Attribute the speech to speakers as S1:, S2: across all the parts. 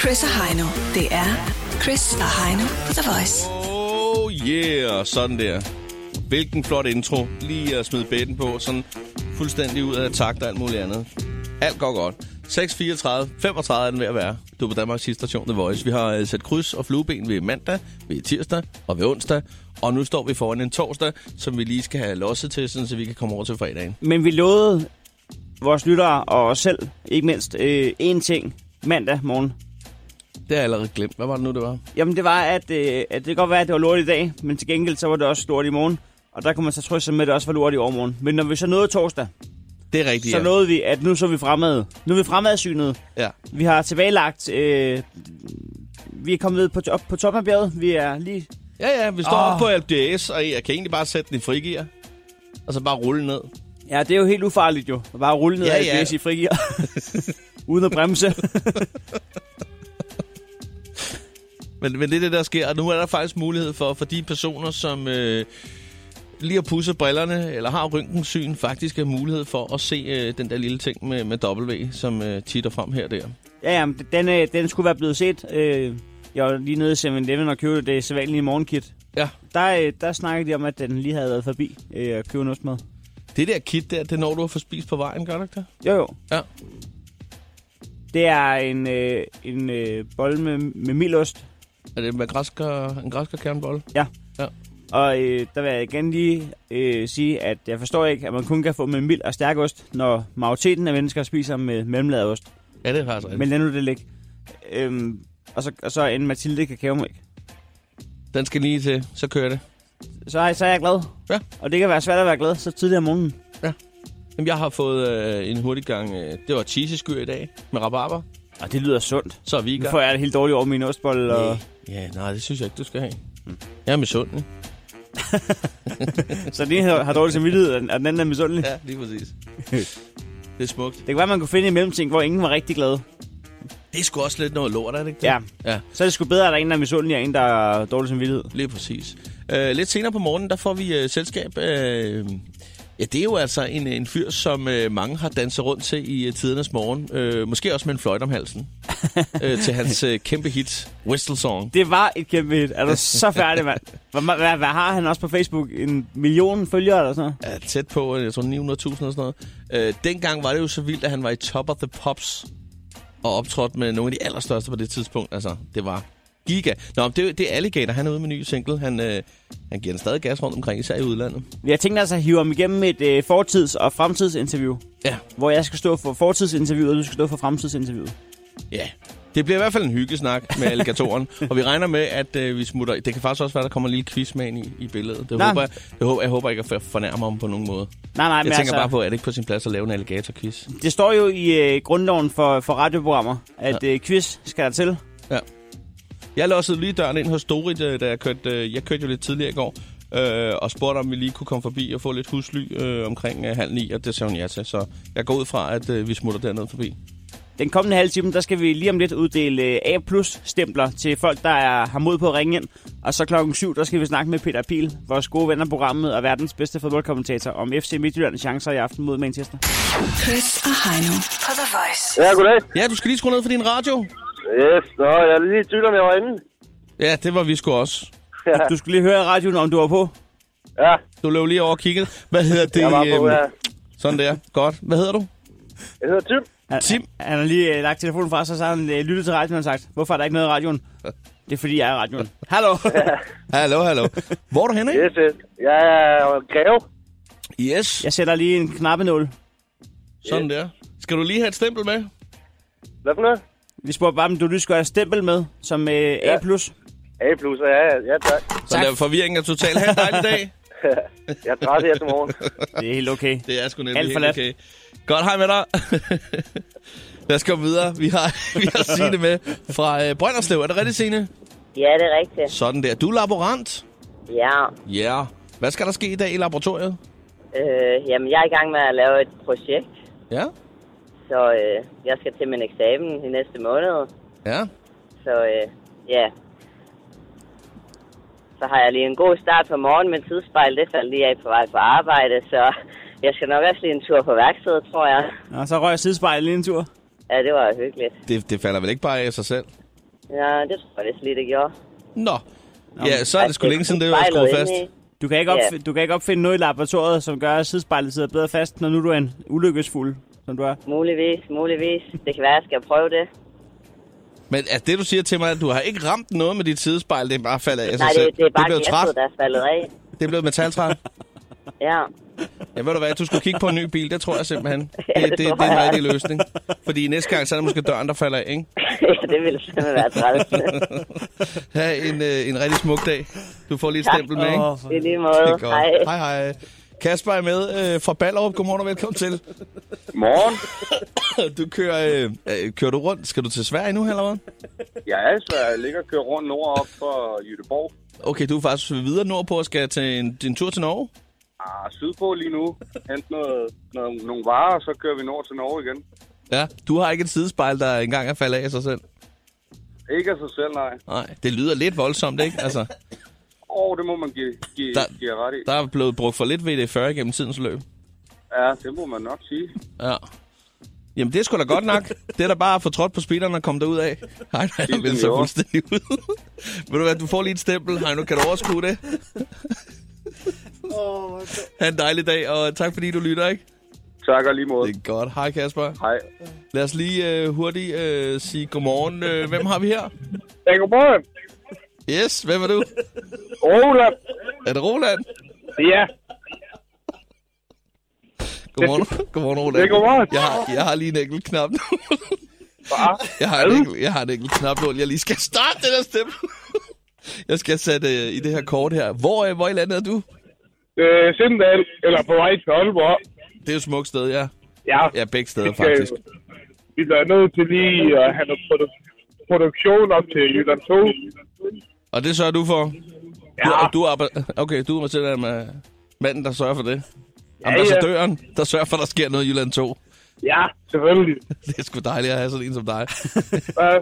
S1: Chris og Heino. Det er Chris og Heino på The Voice.
S2: Oh yeah, sådan der. Hvilken flot intro. Lige at smide bætten på, sådan fuldstændig ud af takt og alt muligt andet. Alt går godt. 6.34, 35 er den ved at være. Du er på Danmarks sidste station The Voice. Vi har uh, sat kryds og flueben ved mandag, ved tirsdag og ved onsdag. Og nu står vi foran en torsdag, som vi lige skal have losset til, sådan, så vi kan komme over til fredagen.
S3: Men vi lovede vores lyttere og os selv, ikke mindst, øh, én ting mandag morgen.
S2: Det har jeg allerede glemt. Hvad var det nu, det var?
S3: Jamen det var, at, øh, at det kan godt være, at det var lort i dag, men til gengæld så var det også lort i morgen. Og der kunne man så trøste sig med, at det også var lort i overmorgen. Men når vi så nåede torsdag,
S2: Det er rigtigt,
S3: så
S2: ja.
S3: nåede vi, at nu så vi fremad. Nu er vi fremadsynet.
S2: ja.
S3: Vi har tilbagelagt... Øh, vi er kommet ned på, op på toppen af bjerget. Vi er lige...
S2: Ja, ja, vi står oh.
S3: Åh.
S2: oppe på LDS, og jeg kan egentlig bare sætte den i frigear. Og så bare rulle ned.
S3: Ja, det er jo helt ufarligt jo. At bare rulle ned
S2: Ja,
S3: ja, af
S2: ja.
S3: ja. i frigear. Uden at bremse.
S2: Men, men det er det, der sker. Og nu er der faktisk mulighed for, for de personer, som øh, lige har pudset brillerne, eller har røntgensyn, faktisk har mulighed for at se øh, den der lille ting med, med W, som øh, titter frem her og der.
S3: ja, ja, men den, øh, den skulle være blevet set. Øh, jeg var lige nede i 7-Eleven og købte det sædvanlige morgenkit.
S2: Ja.
S3: Der, øh, der snakkede de om, at den lige havde været forbi øh, at købe noget mad.
S2: Det der kit der, det når du har fået spist på vejen, gør du ikke det?
S3: Jo, jo.
S2: Ja.
S3: Det er en, øh, en øh, bolle med, med milost.
S2: Er det med græsker, en græskerkernbolle?
S3: Og øh, der vil jeg igen lige øh, sige, at jeg forstår ikke, at man kun kan få med mild og stærk ost, når majoriteten af mennesker spiser med mellemlaget ost.
S2: Ja, det er faktisk rigtigt.
S3: Men lad nu det ligge. Øhm, og, så, og så en Mathilde kakaomælk.
S2: Den skal lige til, så kører det.
S3: Så, er- så er jeg glad.
S2: Ja.
S3: Og det kan være svært at være glad så tidligt om morgenen.
S2: Jamen, jeg har fået øh, en hurtig gang, øh, det var cheeseskyr i dag, med rabarber.
S3: Og det lyder sundt.
S2: Så er vi i
S3: Nu
S2: gang.
S3: får jeg det helt dårligt over min ostbold. Og,
S2: Nej. Ja, nej, det synes jeg ikke, du skal have. Jeg er misundelig.
S3: så den ene har har dårlig samvittighed, og den- og den anden er misundelig. Ja.
S2: Ja, lige præcis. det er smukt.
S3: Det kan være, man kunne finde en mellemting, hvor ingen var rigtig glad.
S2: Det er sgu også lidt noget lort, er det ikke det?
S3: Ja.
S2: Ja,
S3: Så er det sgu bedre, at der er en, der er misundelig, og en, der er dårlig samvittighed.
S2: lige præcis. Uh, lidt senere på morgenen, der får vi uh, selskab. Uh, ja, det er jo altså en, en fyr, som uh, mange har danset rundt til i uh, tidernes morgen. Uh, måske også med en fløjt om halsen. uh, til hans uh, kæmpe hit, Whistle Song.
S3: Det var et kæmpe hit. Er du så færdig, mand? Hvad, hvad, hvad, har han også på Facebook? En million følgere eller sådan noget?
S2: er tæt på, øh, jeg tror 900.000 eller sådan noget. Øh, dengang var det jo så vildt, at han var i Top of the Pops og optrådte med nogle af de allerstørste på det tidspunkt. Altså, det var giga. Nå, men det, er- det er Alligator, han er ude med en ny single. Han, øh, han giver den stadig gas rundt omkring, især i udlandet.
S3: Jeg tænkte altså at hive ham igennem et øh, fortids- og fremtidsinterview.
S2: Ja.
S3: Hvor jeg skal stå for fortidsinterviewet, og du skal stå for fremtidsinterviewet.
S2: Ja. Det bliver i hvert fald en hyggesnak med alligatoren. og vi regner med, at øh, vi smutter... Det kan faktisk også være, at der kommer en lille quiz med ind i, i billedet. Det
S3: Nå.
S2: håber jeg, det håber, jeg håber ikke at for- fornærme ham på nogen måde.
S3: Nej, nej,
S2: Jeg
S3: men
S2: tænker
S3: altså,
S2: bare på, er det ikke på sin plads at lave en alligator-quiz?
S3: det står jo i øh, grundloven for, for radioprogrammer, at øh, quiz skal der til.
S2: Jeg låsede lige døren ind hos Dorit, øh, da jeg kørte, øh, jeg kørte jo lidt tidligere i går, øh, og spurgte, om vi lige kunne komme forbi og få lidt husly øh, omkring øh, halv ni, og det sagde hun ja til. Så jeg går ud fra, at øh, vi smutter dernede forbi.
S3: Den kommende halve time, der skal vi lige om lidt uddele øh, A-plus-stempler til folk, der er, har mod på at ringe ind. Og så klokken 7, der skal vi snakke med Peter Pil, vores gode ven af programmet og verdens bedste fodboldkommentator, om FC Midtjyllands chancer i aften mod Manchester.
S1: Chris og Heino på The Voice.
S4: Ja, goddag.
S2: Ja, du skal lige skrue ned for din radio.
S4: Yes, nå, jeg er lige i tvivl om, jeg var inde.
S2: Ja, det var vi sgu også.
S3: Du skulle lige høre i radioen, om du var på.
S4: Ja,
S2: Du løb lige over og kiggede. Hvad hedder det?
S4: jeg var på,
S2: øhm,
S4: ja.
S2: Sådan der. Godt. Hvad hedder du?
S4: Jeg hedder Tim.
S3: Han,
S2: Tim?
S3: Han har lige øh, lagt telefonen fra sig, så har han øh, lyttet til radioen og sagt, hvorfor er der ikke noget i radioen? Det er fordi, jeg er i radioen. Hallo!
S2: Hallo, hallo. Hvor er du henne?
S4: Yes, yes. Jeg er greve.
S2: Yes.
S3: jeg sætter lige en knappenål.
S2: Sådan der. Skal du lige have et stempel med?
S4: Hvad for noget?
S3: Vi spurgte bare, om du lige skulle have et stempel med, som øh, A+.
S4: A plus, ja, ja, ja, tak.
S2: Så der forvirringen er total. Ha' en dejlig dag.
S4: Jeg er træt her til morgen.
S3: Det er helt okay.
S2: Det er sgu nemlig
S3: Alt for
S2: helt okay.
S3: lat.
S2: Godt, hej med dig. Lad os komme videre. Vi har, vi har Signe med fra øh, Brønderslev. Er det rigtigt, Signe?
S5: Ja, det er rigtigt.
S2: Sådan der. Du er laborant.
S5: Ja,
S2: Ja. Yeah. Hvad skal der ske i dag i laboratoriet?
S5: øh, jamen jeg er i gang med at lave et projekt,
S2: Ja.
S5: så øh, jeg skal til min eksamen i næste måned.
S2: Ja.
S5: Så øh, ja, så har jeg lige en god start på morgen, men tidsspejl det faldt lige af på vej på arbejde, så jeg skal nok også lige en tur på værkstedet, tror jeg.
S3: Og så røg jeg sidespejlet lige en tur.
S5: Ja, det var hyggeligt.
S2: Det, det falder vel ikke bare af sig selv?
S5: Ja, det tror jeg vist lige, det gjorde.
S2: Nå. Ja, så er det sgu
S5: At
S2: længe siden, det var
S5: spejlet
S2: skruet
S5: inde
S2: fast.
S5: i-
S3: Du kan, ikke
S5: Ja.
S3: opf- du kan ikke opfinde noget i laboratoriet, som gør, at sidespejlet sidder bedre fast, når nu du er en ulykkesfuld, som du er.
S5: Muligvis, muligvis. Det kan være, jeg skal prøve det.
S2: Men er det, du siger til mig, at du har ikke ramt noget med dit sidespejl, det er bare faldet af sig
S5: Nej,
S2: selv.
S5: det, det er
S2: du
S5: bare
S2: blev træt.
S5: glasset, der er faldet af.
S2: Det blev metaltræt.
S5: Ja,
S2: Ja, ved du hvad, du skulle kigge på en ny bil, det tror jeg simpelthen. Det,
S5: Ja,
S2: det, det,
S5: det
S2: det
S5: tror
S2: er en
S5: jeg.
S2: rigtig løsning. Fordi næste gang, så er det måske døren, der falder af, ikke?
S5: ja det ville simpelthen være træls.
S2: Ha' en, øh, en rigtig smuk dag. Du får lige et stempel med, ikke?
S3: Åh, for-
S5: I lige måde.
S2: Det er
S5: Hej.
S2: godt. Hej, hej. Kasper er med øh, fra Ballerup. Godmorgen og velkommen til.
S4: Morgen.
S2: Du kører, øh, øh, kører du rundt? Skal du til Sverige nu, eller hvad?
S4: Ja, altså, jeg ligger og kører rundt nord op for Jødeborg.
S2: Okay, du er faktisk videre nordpå og skal til en, din tur til Norge.
S4: Ah, sydpå lige nu. Hente noget, noget, nogle varer, og så kører vi nord til Norge igen.
S2: Ja. Du har ikke et sidespejl, der engang er faldet af sig selv.
S4: Ikke af sig selv, nej.
S2: Nej, det lyder lidt voldsomt, ikke? Altså,
S4: Åh, oh, det må man give, give,
S2: Der-
S4: give jer ret i.
S2: der er blevet brugt for lidt VD40 gennem tidens løb.
S4: Ja, det må man nok sige.
S2: Ja. Jamen, det er sgu da godt nok. Det er da bare at få trådt på speederen og komme derud af. Hej, nej, jeg vil så
S4: jo.
S2: fuldstændig ud. Ved du hvad, du får lige et stempel. Hej, nu kan du overskue det. ha' en dejlig dag, og tak fordi du lytter, ikke?
S4: Tak og lige måde.
S2: Det er godt. Hej, Kasper.
S4: Hej.
S2: Lad os lige øh, hurtigt øh, sige godmorgen. Øh, hvem har vi her?
S4: Hey, godmorgen.
S2: Yes, hvem er du?
S4: Ola.
S2: Er det Roland?
S4: Ja,
S2: Godmorgen, godmorgen Roland.
S4: Det er godmorgen.
S2: Jeg har, jeg har lige en enkelt knap nu.
S4: bare.
S2: Jeg har, en enkelt, jeg har en enkelt knap nu. Jeg lige skal starte den her stemme. Jeg skal sætte øh, i det her kort her. Hvor, øh, hvor i landet er du?
S4: Øh, Sindal, eller på vej til Aalborg.
S2: Det er et smukt sted, ja.
S4: Ja,
S2: Ja, begge steder
S4: skal jo-
S2: faktisk.
S4: vi bliver nødt til lige at have noget produ- produktion op til Jylland 2.
S2: Og det sørger du for?
S4: Ja,
S2: Du, og du arbejder, okay, du er til den med manden, der sørger for det.
S4: ja, ja,
S2: Ambassadøren, der sørger for, at der sker noget i Jylland 2.
S4: ja, selvfølgelig.
S2: Det er sgu dejligt at have sådan en som dig.
S4: Øh,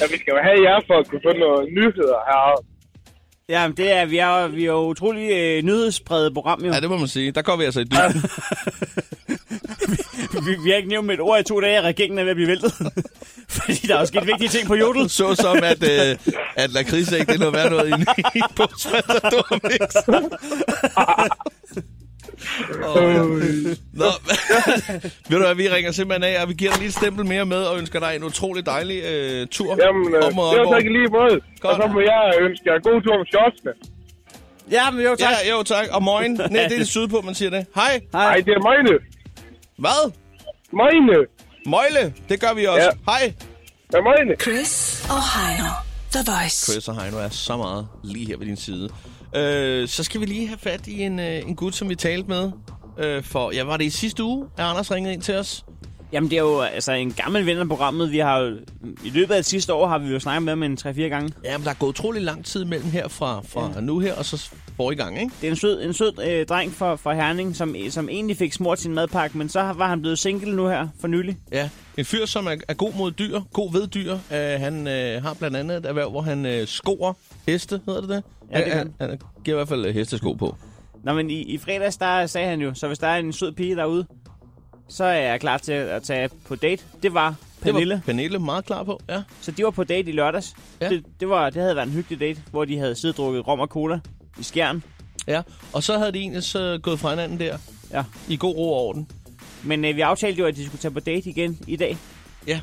S4: ja, vi skal jo have jer for at kunne få noget nyheder her.
S3: Ja, men det er, vi er, vi er jo utrolig øh, nyhedspræget program, jo.
S2: Ja, det må man sige. Der går vi altså i dybden.
S3: vi, vi har ikke nævnt med et ord i to dage, at regeringen er ved at blive væltet. Fordi der er jo sket vigtige ting på jodel.
S2: Så som, at, øh, at lakridsæk, det er noget værd noget i en i en pose matadormix. Åh, ja. Nå, ved du hvad, vi ringer simpelthen af, og vi giver dig lige et stempel mere med, og ønsker dig en utrolig dejlig øh, tur.
S4: Jamen, øh,
S2: Op mod
S4: det var så
S2: Aalborg.
S4: ikke lige måde. Og
S2: Godt.
S4: så må jeg ønske jer god tur med shortsene.
S3: Ja, men jo, tak.
S2: Ja, jo tak. Og morgen. Nej, det er det sydpå, man siger det. Hej.
S4: Ej,
S3: Hej.
S4: det er mine.
S2: Hvad?
S4: Mine.
S2: Møgle. Det gør vi også.
S4: Ja.
S2: Hej.
S4: Det er mine.
S1: Chris og Heino. The Voice.
S2: Chris og Heino er så meget lige her ved din side. Øh, så skal vi lige have fat i en, øh, en gut, som vi talte med. Øh, for, ja, var det i sidste uge, at Anders ringede ind til os?
S3: Jamen, det er jo altså, en gammel ven af programmet. Vi har jo, I løbet af det sidste år har vi jo snakket med ham en 3-4 gange.
S2: Ja, men der er gået utrolig lang tid mellem her fra, fra ja. nu her og så forrige gang, ikke?
S3: Det er en sød, en sød øh, dreng fra, fra Herning, som, som egentlig fik smurt sin madpakke, men så har- var han blevet single nu her for nylig.
S2: Ja. En fyr, som er, er god mod dyr, god ved dyr. Øh, han øh, har blandt andet et erhverv, hvor han øh, skoer heste, hedder det det?
S3: Ja, det gør
S2: han, han, han giver i hvert fald øh, hestesko på.
S3: Nå, men i, i fredags, der sagde han jo, så hvis der er en sød pige derude, så er jeg klar til at tage på date. Det var Pernille.
S2: Det var Pernille meget klar på, ja.
S3: Så de var på date i lørdags.
S2: Ja.
S3: Ja. Det, det, var, det havde været en hyggelig date, hvor de havde siddet og drukket rom og cola i skjern.
S2: ja. Og så havde de egentlig så gået fra hinanden der
S3: Ja.
S2: i god ro og orden.
S3: Men øh, vi aftalte jo, at de skulle tage på date igen i dag.
S2: Ja.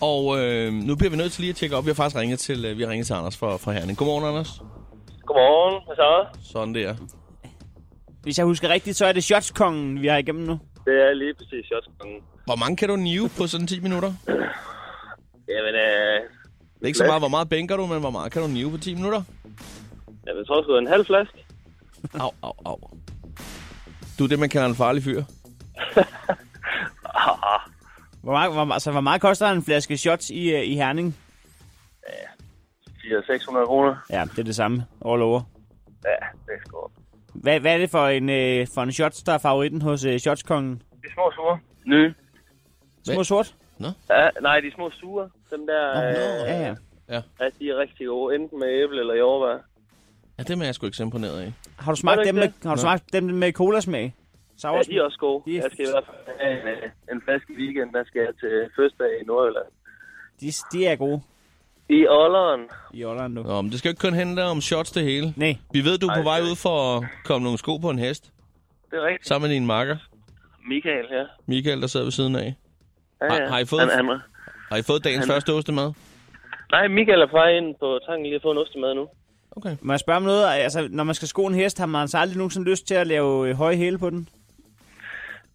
S2: Og øh, nu bliver vi nødt til lige at tjekke op. Vi har faktisk ringet til, øh, vi har ringet til Anders fra, fra Herning. Godmorgen, Anders.
S4: Godmorgen. Hvad så?
S2: Sådan der.
S3: Hvis jeg husker rigtigt, så er det shotskongen, vi har igennem nu.
S4: Det er lige præcis shortskongen.
S2: Hvor mange kan du nive på sådan 10 minutter?
S4: Jamen, øh,
S2: Det er ikke så meget, hvor meget bænker du, men hvor meget kan du nive på 10 minutter?
S4: jeg tror sgu en halv flaske.
S2: Au, au, au. Du er det, man kalder en farlig fyr.
S3: Hvor meget, hvor, altså, hvor meget koster en flaske shots i, øh, i Herning?
S4: 400-600 kroner.
S3: Ja, det er det samme. All over.
S4: Ja, det er sgu op.
S3: Hvad, hvad er det for en, øh, for en shots, der er favoritten hos øh, shotskongen?
S4: De små sure. Nye.
S3: Små
S2: Hvad?
S3: sort?
S4: Ja, nej, de små sure. Dem der, øh,
S3: Ja, ja.
S4: ja, de er rigtig gode. Enten med æble eller jordbær.
S2: Ja, det er jeg sgu ikke så imponeret af.
S3: Har du
S4: Er
S3: smagt
S4: det
S3: dem
S4: ikke
S3: med,
S4: det?
S3: har du smagt dem med colasmag?
S4: Ja,
S3: Sauersmag?
S4: de er også gode.
S3: De er-
S4: Jeg skal i hvert fald have en, øh, en flaske i weekend, der skal jeg til første dag i Nordjylland.
S3: de, de er gode.
S6: I ålderen.
S3: i ålderen nu.
S2: Nå, men det skal jo ikke kun handle om shots det hele.
S3: Nej,
S2: Vi ved, du er på vej ud for at komme nogle sko på en hest,
S6: Det er rigtigt.
S2: sammen med din makker,
S6: Michael, ja.
S2: Michael, der sidder ved siden af.
S6: ja, ja.
S2: Har- har I fået-
S6: Han, han,
S2: Har I fået dagens
S6: Han-
S2: første ostemad?
S6: nej, Michael er på vej ind på tanken lige at få en ostemad nu.
S2: Okay.
S3: må jeg spørge om noget? Altså, når man skal sko en hest, har man altså aldrig nogensinde lyst til at lave øh, høje hæle på den?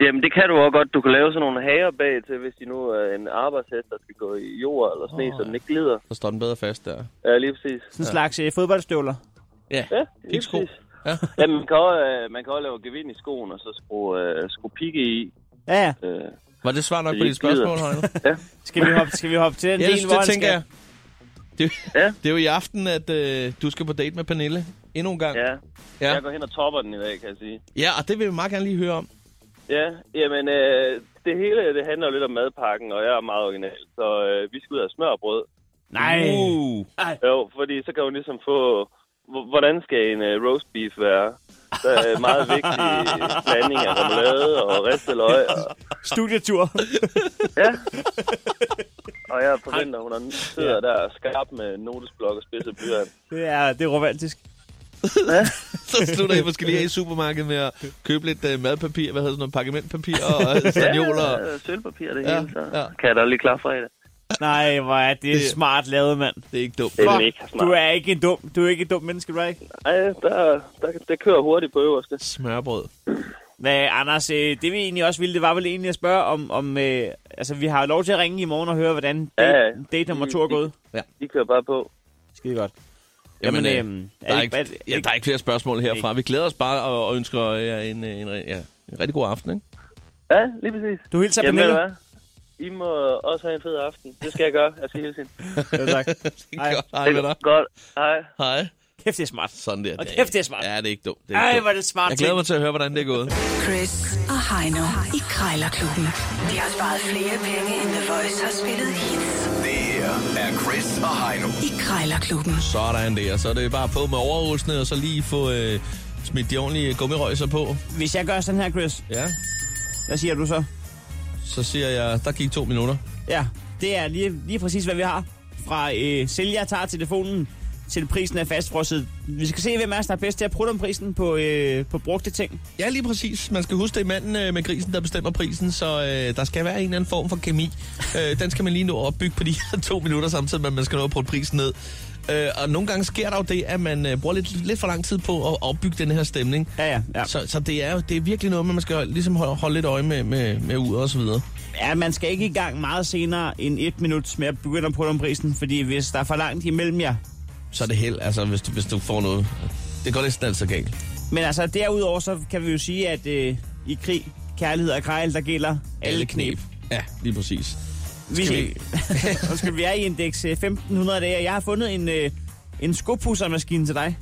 S6: Jamen, det kan du også godt. Du kan lave sådan nogle hager bag til, hvis de nu er en arbejdshest, der skal gå i jord eller sne, oh, så den ikke glider.
S2: Så står den bedre fast der.
S6: Ja, lige præcis.
S3: Sådan en slags øh, fodboldstøvler?
S2: Ja,
S6: Ja, lige
S2: Pigsko.
S6: præcis.
S2: Ja.
S6: Jamen, man kan, også, øh, man kan også lave gevind i skoen, og så skrue, øh, skrue pigge i.
S3: Ja, ja.
S6: Øh,
S2: Var det svar nok
S6: Det
S2: på
S6: er
S2: dit
S6: ikke
S2: spørgsmål, Heino?
S3: Skal vi hoppe, skal vi hoppe til den
S2: Ellers,
S3: del, hvor
S2: det
S3: han
S2: tænker
S3: skal-
S2: jeg. Det,
S6: Ja.
S2: det er jo i aften, at øh, du skal på date med Pernille. Endnu en gang.
S6: ja.
S2: Ja.
S6: ja. Jeg går hen og topper den i dag, kan jeg sige.
S2: ja, og det vil vi meget gerne lige høre om.
S6: Ja, jamen, øh, det hele det handler jo lidt om madpakken, og jeg er meget original. Så øh, vi skal ud af smørbrød.
S3: Nej.
S2: Uh,
S6: Jo, fordi så kan hun ligesom få... h- Hvordan skal en uh, roast beef være? Der er meget vigtig blanding af remoulade og ristet løg. Og,
S3: Studietur.
S6: ja. Og jeg forventer, hun sidder ja. der skarp med notesblok og spidset blyant.
S3: det, er, det er romantisk.
S2: så slutter I måske lige af i supermarkedet med at købe lidt øh, madpapir, hvad hedder sådan noget, pergamentpapir og øh, stagnoler.
S6: Ja, sølvpapir det
S2: Ja,
S6: hele, så
S2: ja.
S6: kan jeg da lige klare fredag.
S3: Nej, hvor er det
S2: Det-
S3: smart lavet, mand.
S2: Det er ikke dumt.
S6: Det er
S3: Fuck,
S6: mega smart.
S3: Du er ikke en dum, du er ikke en dum menneske, right?
S6: Ej, der, der, der kører hurtigt på øverste.
S2: Smørbrød.
S3: Men Anders, øh, det vi egentlig også ville, det var vel egentlig at spørge om, om øh, altså vi har jo lov til at ringe i morgen og høre, hvordan date,
S6: Ja,
S3: ja,
S6: ja.
S3: date nummer to er gået.
S6: De kører bare på.
S3: Skide godt.
S2: Jamen, øh,
S3: øhm,
S2: der, er
S3: det-
S2: ikke,
S3: er det-
S2: ja, der er ikke flere spørgsmål herfra. Vi glæder os bare og, og ønsker jer en, øh, en, re- ja, en rigtig god aften. Ikke?
S6: Ja, lige præcis.
S3: Du hilser
S6: Jamen, ved du
S3: Pernille.
S6: hvad? I må også have en fed aften. Det skal jeg gøre. Jeg skal hilse hende.
S3: Ja, tak.
S2: Det
S3: Hej.
S2: er godt. Hej med dig.
S6: Godt. Hej.
S2: Hej.
S3: Kæft, det er smart.
S2: Sådan der.
S3: Og kæft, det er smart.
S2: Ja, det er ikke dumt. Det er ikke
S3: Ej,
S2: dumt.
S3: hvor er det smart.
S2: Jeg glæder
S3: tænkt.
S2: mig til at høre, hvordan det er gået.
S1: Chris og Heino i Krejlerklubben. De har sparet flere penge, end The Voice har spillet hits
S7: Det her er Chris og Heino.
S1: i Krejlerklubben.
S2: Sådan der. Så er det bare på med overrusene, og så lige få øh, smidt de ordentlige gummirøjser på.
S3: Hvis jeg gør sådan her, Chris,
S2: Ja.
S3: hvad siger du så?
S2: Så siger jeg, der gik to minutter.
S3: Ja, det er lige, lige præcis, hvad vi har. Fra øh, sælger tager telefonen til prisen er fastfrosset. Vi skal se, hvem af os, der er bedst til at prutte om prisen på, øh, på brugte ting.
S2: Ja, lige præcis. Man skal huske, det er manden øh, med grisen, der bestemmer prisen, så øh, der skal være en eller anden form for kemi. Øh, den skal man lige nå at opbygge på de her to minutter, samtidig med, at man skal nå at putte prisen ned. Øh, og nogle gange sker der jo det, at man øh, bruger lidt, lidt for lang tid på at opbygge den her stemning.
S3: Ja, ja, ja.
S2: Så, så det er jo det er virkelig noget, man skal ligesom holde, holde lidt øje med, med, med uret og så videre.
S3: ja, man skal ikke i gang meget senere end et minut med at begynde at prutte om prisen, fordi hvis der er for langt imellem jer.
S2: Så er det held, altså, hvis du, hvis du får noget. Det går næsten altid galt.
S3: Men altså, derudover så kan vi jo sige, at øh, i krig, kærlighed og krejl, der gælder alle knep.
S2: Ja, lige præcis.
S3: Vi,
S2: vi-
S3: Undskyld, vi er i indeks øh, 1500 dage, og jeg har fundet en, øh, en skopussermaskine til dig.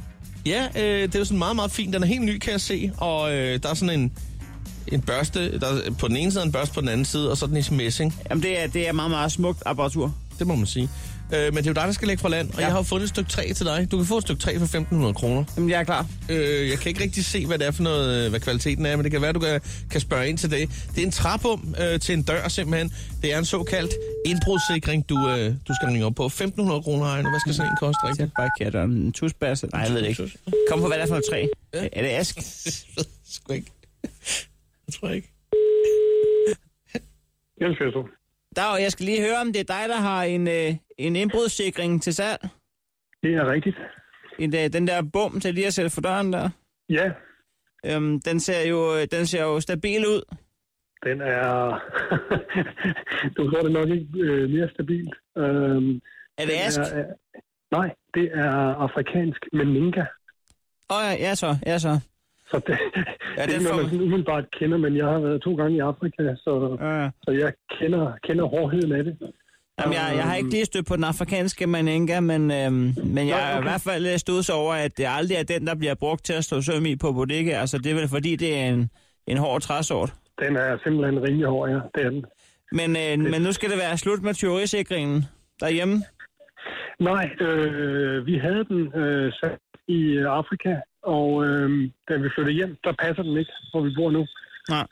S2: Ja, øh, det er jo sådan meget, meget fint. Den er helt ny, kan jeg se. Og øh, der er sådan en, en børste. Der er på den ene side en børste, på den anden side, og så er den i messing.
S3: Jamen, det er, det er meget, meget smukt apparatur.
S2: Det må man sige. Øh, men det er jo dig, der skal lægge fra land, og ja. jeg har jo fundet et stykke træ til dig. Du kan få et stykke træ for 1.500 kroner.
S3: Jamen, jeg er klar.
S2: Øh, jeg kan ikke rigtig se, hvad det er for noget, øh, hvad kvaliteten er, men det kan være, du kan, kan spørge ind til det. Det er en træbom øh, til en dør simpelthen. Det er en såkaldt indbrudssikring, du, øh, du skal ringe op på. 1.500 kroner, Ejner. Hvad skal sådan en koste, rigtigt?
S3: Tæt bare katter. En tusbasse. Nej, jeg ved det ikke. Kom på, hvad det er for noget træ.
S2: Ja.
S3: Er det ask?
S2: Jeg ved sgu ikke. Jeg tror ikke.
S4: Jens Fjerstrup.
S3: Dag, jeg skal lige høre, om det er dig, der har en, øh, en indbrudssikring til salg.
S4: Det er rigtigt.
S3: En, øh, den der bum til lige at sætte for døren der.
S4: Ja,
S3: Øhm, den, ser jo, øh, den ser jo stabil ud.
S4: den er... du får det nok ikke øh, mere stabilt. Øhm,
S3: Er det
S4: den
S3: ask?
S4: er- er- nej, det er afrikansk meninga.
S3: Åh, oh, ja, ja så, ja så.
S4: Så det,
S3: Ja,
S4: det
S3: den
S4: er
S3: får
S4: noget, man
S3: man.
S4: sådan umiddelbart kender, men jeg har været to gange i Afrika, så,
S3: Øh.
S4: så jeg kender, kender hårdheden af det.
S3: Jamen, jeg, jeg har ikke lige stødt på den afrikanske maninka, men, øhm, men jeg er i
S4: okay.
S3: hvert fald øh, stået over, at det aldrig er den, der bliver brugt til at stå søm i på bodega. Altså, det er vel fordi, det er en, en hård træsort.
S4: Den er simpelthen rimelig hård, ja. Det er den.
S3: Men, øh, men nu skal det være slut med tyverisikringen derhjemme.
S4: Nej, øh, vi havde den øh, sat i øh, Afrika, og øh, da vi flyttede hjem, der passer den ikke, hvor vi bor nu.
S3: Nej.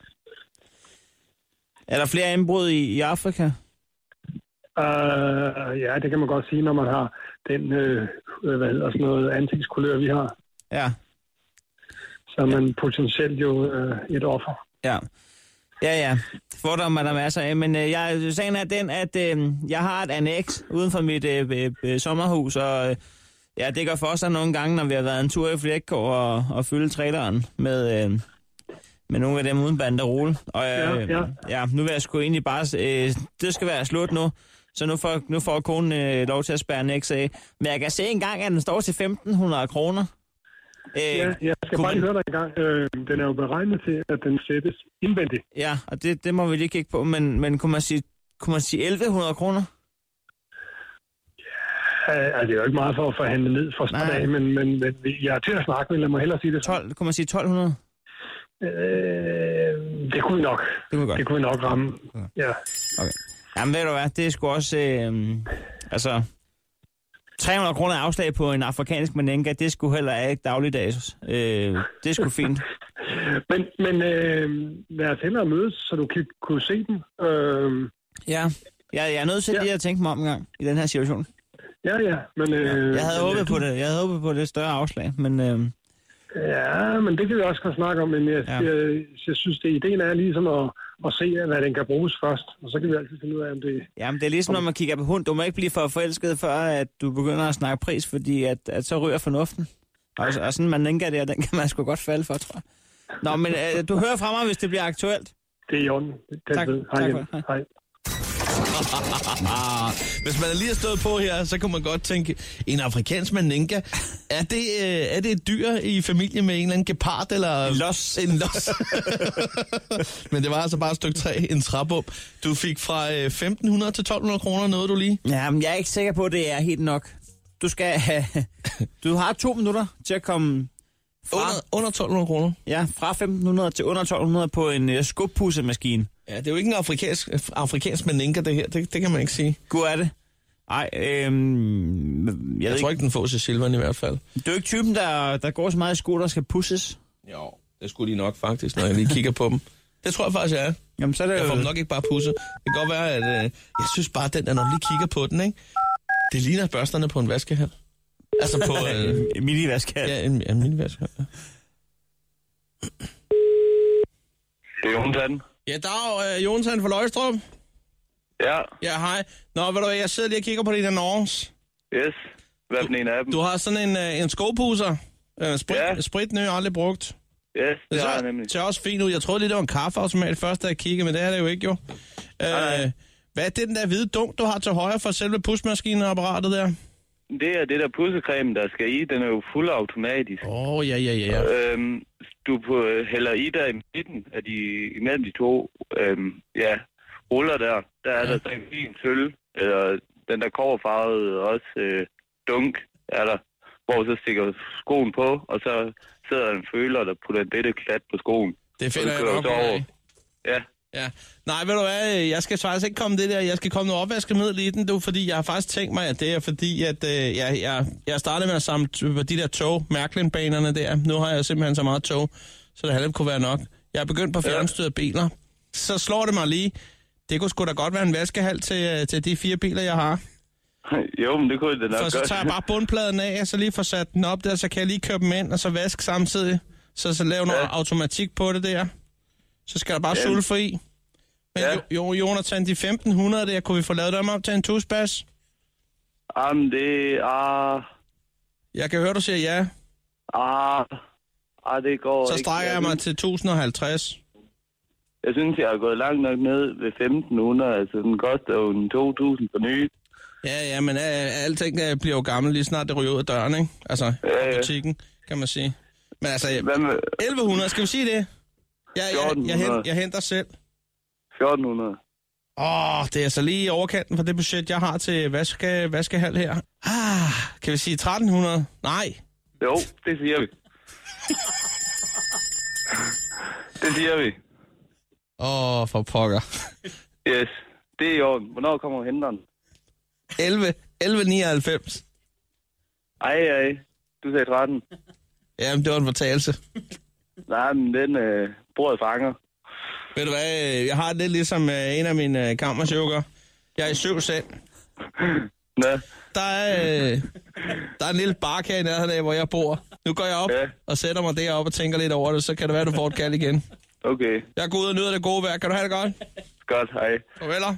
S3: Er der flere indbrud i, i Afrika?
S4: Uh, ja, det kan man godt sige, når man har den, øh, øh, hvad hedder sådan noget, ansigtskulør, vi har.
S3: Ja,
S4: Så er man potentielt jo øh, et offer.
S3: ja. Ja, ja. Fordomme er der masser af, men øh, jeg, sagen er den, at øh, jeg har et annex uden for mit øh, øh, øh, sommerhus, og øh, ja, det gør for sig nogle gange, når vi har været en tur i Flækkov og, og fylde traileren med, øh, med nogle af dem uden banderole. Og øh,
S4: Ja,
S3: ja,
S4: ja.
S3: ja. nu vil jeg sgu egentlig bare... Øh, det skal være slut nu. Så nu får, nu får konen øh, lov til at spære annex af. Men jeg kan se engang, at den står til 1.500 kroner. Øh,
S4: Ja, jeg skal
S3: kunne
S4: bare
S3: man-
S4: lige høre dig i gang. Øh, den er jo beregnet til, at den sættes indvendigt.
S3: Ja, og det, det må vi lige kigge på, men, men kunne, man sige, kunne man sige 1100 kroner?
S4: Øh, altså, det er jo ikke meget for at forhandle ned fra start
S3: Nej.
S4: af, men, men, men jeg er til at snakke, men lad mig hellere sige det.
S3: 12, kunne man sige 1200?
S4: Øh, det kunne vi nok.
S3: Det kunne vi
S4: Det
S3: godt.
S4: kunne vi nok ramme. Ja.
S3: Okay. Jamen ved du hvad, det er sgu også... Øh, altså, 300 kroner afslag på en afrikansk meninga, det skulle heller ikke dagligdags. Øh, det skulle fint.
S4: Men, men øh, lad os hellere mødes, så du kan, kunne se den. Øh,
S3: Ja, jeg, jeg er nødt til
S4: Ja.
S3: lige at tænke mig om en gang i den her situation.
S4: ja, ja. Men, øh,
S3: Jeg havde
S4: men,
S3: håbet på det. Jeg havde håbet på det større afslag, men øh,
S4: Ja, men det kan vi også godt snakke om, men jeg,
S3: Ja.
S4: ja. jeg, jeg synes, det ideen er ligesom at, at se, hvad den kan bruges først, og så kan vi altid finde ud af, om det...
S3: jamen, det er ligesom, når man kigger på hund. Du må ikke blive for forelsket, før at du begynder at snakke pris, fordi at, at så ryger fornuften. Og, og sådan en maninga der, den kan man sgu godt falde for, tror jeg. Nå, men øh, du hører fra mig, hvis det bliver aktuelt.
S4: Det er i orden. Det er
S3: Tak.
S4: ved.
S3: Tak
S4: Hej,
S3: for
S4: Jens.
S3: det.
S4: Hej.
S2: Ah, Hvis man lige har stået på her, så kunne man godt tænke, en afrikansk maninka, er det, øh, er det et dyr i familie med en eller anden gepard? Eller
S3: En los.
S2: En los. Men det var altså bare et stykke træ, en trapop. Du fik fra øh, 1.500 til 1.200 kroner noget, du lige.
S3: Ja, men jeg er ikke sikker på, at det er helt nok. Du skal have... Du har to minutter til at komme fra,
S2: Under, under 1.200 kroner.
S3: ja, fra 1.500 til under 1.200 på en øh, skubpussemaskine.
S2: Ja, det er jo ikke en afrikansk, øh, afrikansk maninka, det her. Det, det kan man ikke sige.
S3: Gud er det. Ej, øhm, jeg, jeg
S2: Jeg
S3: ved
S2: tror
S3: ikke,
S2: ikke, den fås i silveren i hvert fald.
S3: du er ikke typen, der, der går så meget i sko, der skal pusses.
S2: Jo, det skulle de nok faktisk, når jeg lige kigger på dem. Det tror jeg faktisk, jeg er.
S3: Jamen, så er det
S2: Jeg får
S3: jo...
S2: dem nok ikke bare pusset. Det kan godt være, at øh, jeg synes bare, at den der, når man lige kigger på den, ikke? det ligner børsterne på en vaskehal. Altså på øh,
S3: Øh, minivaskal.
S2: ja, en, en minivaskehal.
S6: Det er Jonathan.
S2: Ja, dag, øh, Jonsen fra Løgstrup.
S6: Ja,
S2: Ja, hej. Nå, ved du hvad, jeg sidder lige og kigger på din annonce.
S6: yes. Hvad for en af dem?
S2: Du har sådan en, øh, en skopuser. Øh, sprit, ja.
S6: Ja.
S2: sprit ny, aldrig brugt.
S6: Yes, det har jeg
S2: så,
S6: nemlig.
S2: ser også fint ud. Jeg troede lige, det var en kaffeautomat først, da jeg kiggede, men det er det jo ikke, jo. Øh, hvad er det, den der hvide dunk, du har til højre for selve pusmaskineapparatet der?
S6: Det er det der pudsecreme, der skal i. Den er jo fuldautomatisk.
S2: Åh, oh, ja, ja, ja, ja.
S6: Øhm, du på, hælder i der i midten af de, imellem de to øhm, ja, ruller der. Der er ja. der så en fin sølv, eller den der koverfarvede også øh, dunk er der, hvor så stikker skoen på, og så sidder der en føler, der putter en bitte klat på skoen.
S2: Det finder
S6: Og
S2: jeg
S6: det kører
S2: nok
S6: så
S2: ud
S6: over.
S2: af.
S6: Ja.
S2: Ja. Nej, ved du hvad, øh, jeg skal faktisk ikke komme det der. Jeg skal komme noget opvaskemiddel i den, du, fordi jeg har faktisk tænkt mig, at det er fordi, at øh, jeg, jeg, jeg startede med at samle t- på de der tog, Mærklindbanerne der. Nu har jeg simpelthen så meget tog, så det halvt kunne være nok. Jeg er begyndt på fjernstyrede biler. Så slår det mig lige. Det kunne sgu da godt være en vaskehal til, øh, til de fire biler, jeg har.
S6: jo, men det kunne det nok
S2: For så
S6: godt.
S2: tager jeg bare bundpladen af, og så lige får sat den op der, så kan jeg lige købe dem ind, og så vaske samtidig. Så, så lave noget
S6: Ja.
S2: automatik på det der. Så skal der bare
S6: Ja.
S2: sulfri. i. Men
S6: Ja.
S2: jo, jo, Jonathan, de 1500 der, kunne vi få lavet dem op til en tusbas?
S6: Jamen, det er...
S2: Jeg kan høre, du siger ja.
S6: Ah, ah, det går
S2: Så
S6: ikke.
S2: strækker jeg mig til 1050.
S6: Jeg synes, jeg har gået langt nok ned ved 1500. Altså, den koster jo en 2000 for nye.
S2: Ja, ja, men øh, alting øh, bliver jo gammel, lige snart det ryger ud af døren, ikke? Altså,
S6: Ja, ja.
S2: butikken, kan man sige. Men altså, øh,
S6: Øh, Hvad med
S2: 1100, skal vi sige det? Jeg, jeg, jeg, jeg, hen-
S6: 1400.
S2: jeg henter selv.
S6: 1400?
S2: Åh, oh, det er så lige i overkanten for det budget, jeg har til vaske, vaskehal her. Ah, kan vi sige 1300? Nej.
S6: Jo, det siger vi. det siger vi.
S2: Åh, oh, for pokker.
S6: Yes, det er i orden. Hvornår kommer henteren?
S2: 11, 1199.
S6: Ej, ej. Du sagde 13.
S2: Jamen, det var en fortalelse.
S6: Nej, men den øh, bordet fanger.
S2: Ved du hvad, øh, jeg har det lidt ligesom øh, en af mine øh, kammersjukker. Jeg er i syv selv.
S6: Nå,
S8: Der er, øh, der er en lille barka i nærheden af, hvor jeg bor. Nu går jeg op
S6: Ja.
S8: og sætter mig deroppe og tænker lidt over det, så kan det være, du får et kald igen.
S6: okay.
S8: Jeg går ud og nyder det gode vejr. Kan du have det godt?
S6: Godt, hej.
S8: Farveler.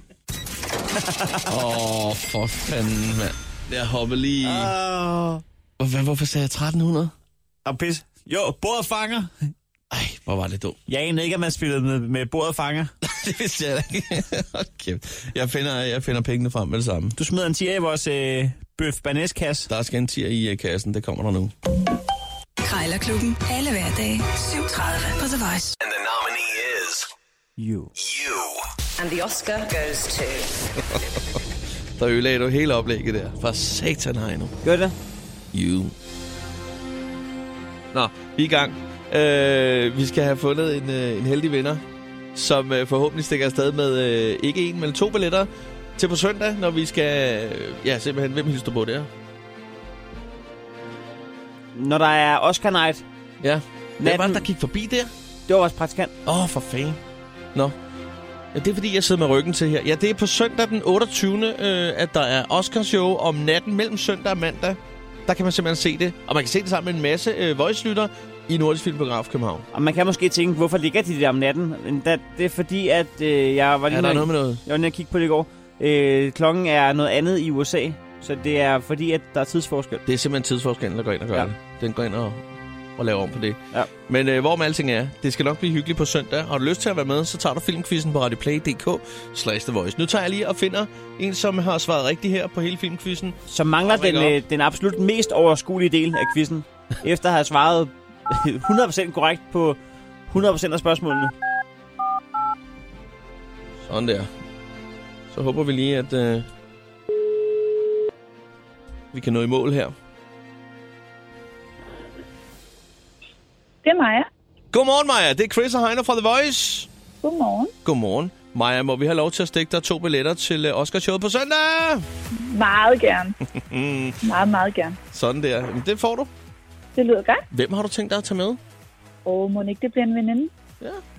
S8: Åh, oh, for fanden, mand.
S2: Jeg hopper lige...
S8: Uh,
S2: Hvor- Hvad, hvorfor sagde jeg 1300?
S8: og pis. Jo, bordet fanger.
S2: Ej, hvor var det dumt.
S8: Jeg anede ikke, at man spillede med, med bordet fanger.
S2: det vidste jeg da ikke. Hold kæft. jeg, finder, jeg finder pengene frem med det samme.
S8: Du smider en tier i vores øh, bøf kasse.
S2: Der skal en tier i øh, kassen, det kommer der nu.
S1: Krejlerklubben. Alle hverdage. 7.30 på The Voice.
S7: And the nominee is
S8: Jo.
S7: you.
S1: And the Oscar goes to...
S2: Der ødelagde du hele oplægget der. For satan har nu.
S3: Gør det?
S2: You. Nå, vi er i gang. Øh, vi skal have fundet en, øh, en heldig vinder, som øh, forhåbentlig stikker afsted med øh, ikke en, men to billetter til på søndag, når vi skal... Øh, ja, simpelthen, hvem hilser du på der?
S3: Når der er Oscar Night,
S2: Ja. Hvem var det,
S3: Natten-
S2: der gik forbi der?
S3: det var vores praktikant.
S2: Åh, oh, for fanden. Nå. Ja, det er fordi, jeg sidder med ryggen til her. Ja, det er på søndag den 28. Øh, at der er Oscarshow om natten mellem søndag og mandag. Der kan man simpelthen se det. Og man kan se det sammen med en masse øh, voice-lytter i Nordisk Filmbiograf København.
S3: Og man kan måske tænke, hvorfor ligger de der om natten? Men da, det er fordi, at øh, jeg var
S2: Er
S3: lige
S2: der
S3: nede-
S2: noget med noget?
S3: jeg var nede og kigge på det i går. Øh, klokken er noget andet i USA, så det er fordi, at der er tidsforskel.
S2: Det er simpelthen tidsforskellen, der går ind og gør ja.
S3: Ja.
S2: det. Den går ind og, og laver om på det.
S3: Ja.
S2: Men øh, hvorom alting er, det skal nok blive hyggeligt på søndag. Har du lyst til at være med, så tager du filmquizzen på radioplay.dk slash The Voice. Nu tager jeg lige og finder en, som har svaret rigtigt her på hele filmquizzen.
S3: Så mangler
S2: Kom ikke
S3: den,
S2: op.
S3: øh, den absolut mest overskuelige del af quizzen, efter at have svaret 100% korrekt på 100% af spørgsmålene.
S2: Sådan der. Så håber vi lige, at øh, vi kan nå i mål her.
S9: Det er Maja.
S2: Godmorgen, Maja. Det er Chris og Heino fra The Voice.
S9: Godmorgen.
S2: Godmorgen. Maja, må vi have lov til at stikke dig to billetter til øh, Oscarshowet på søndag?
S9: Meget gerne. meget, meget gerne.
S2: Sådan der. Jamen, det får du.
S9: Det lyder godt.
S2: Hvem har du tænkt dig at tage med?
S9: Og må ikke det bliver en veninde?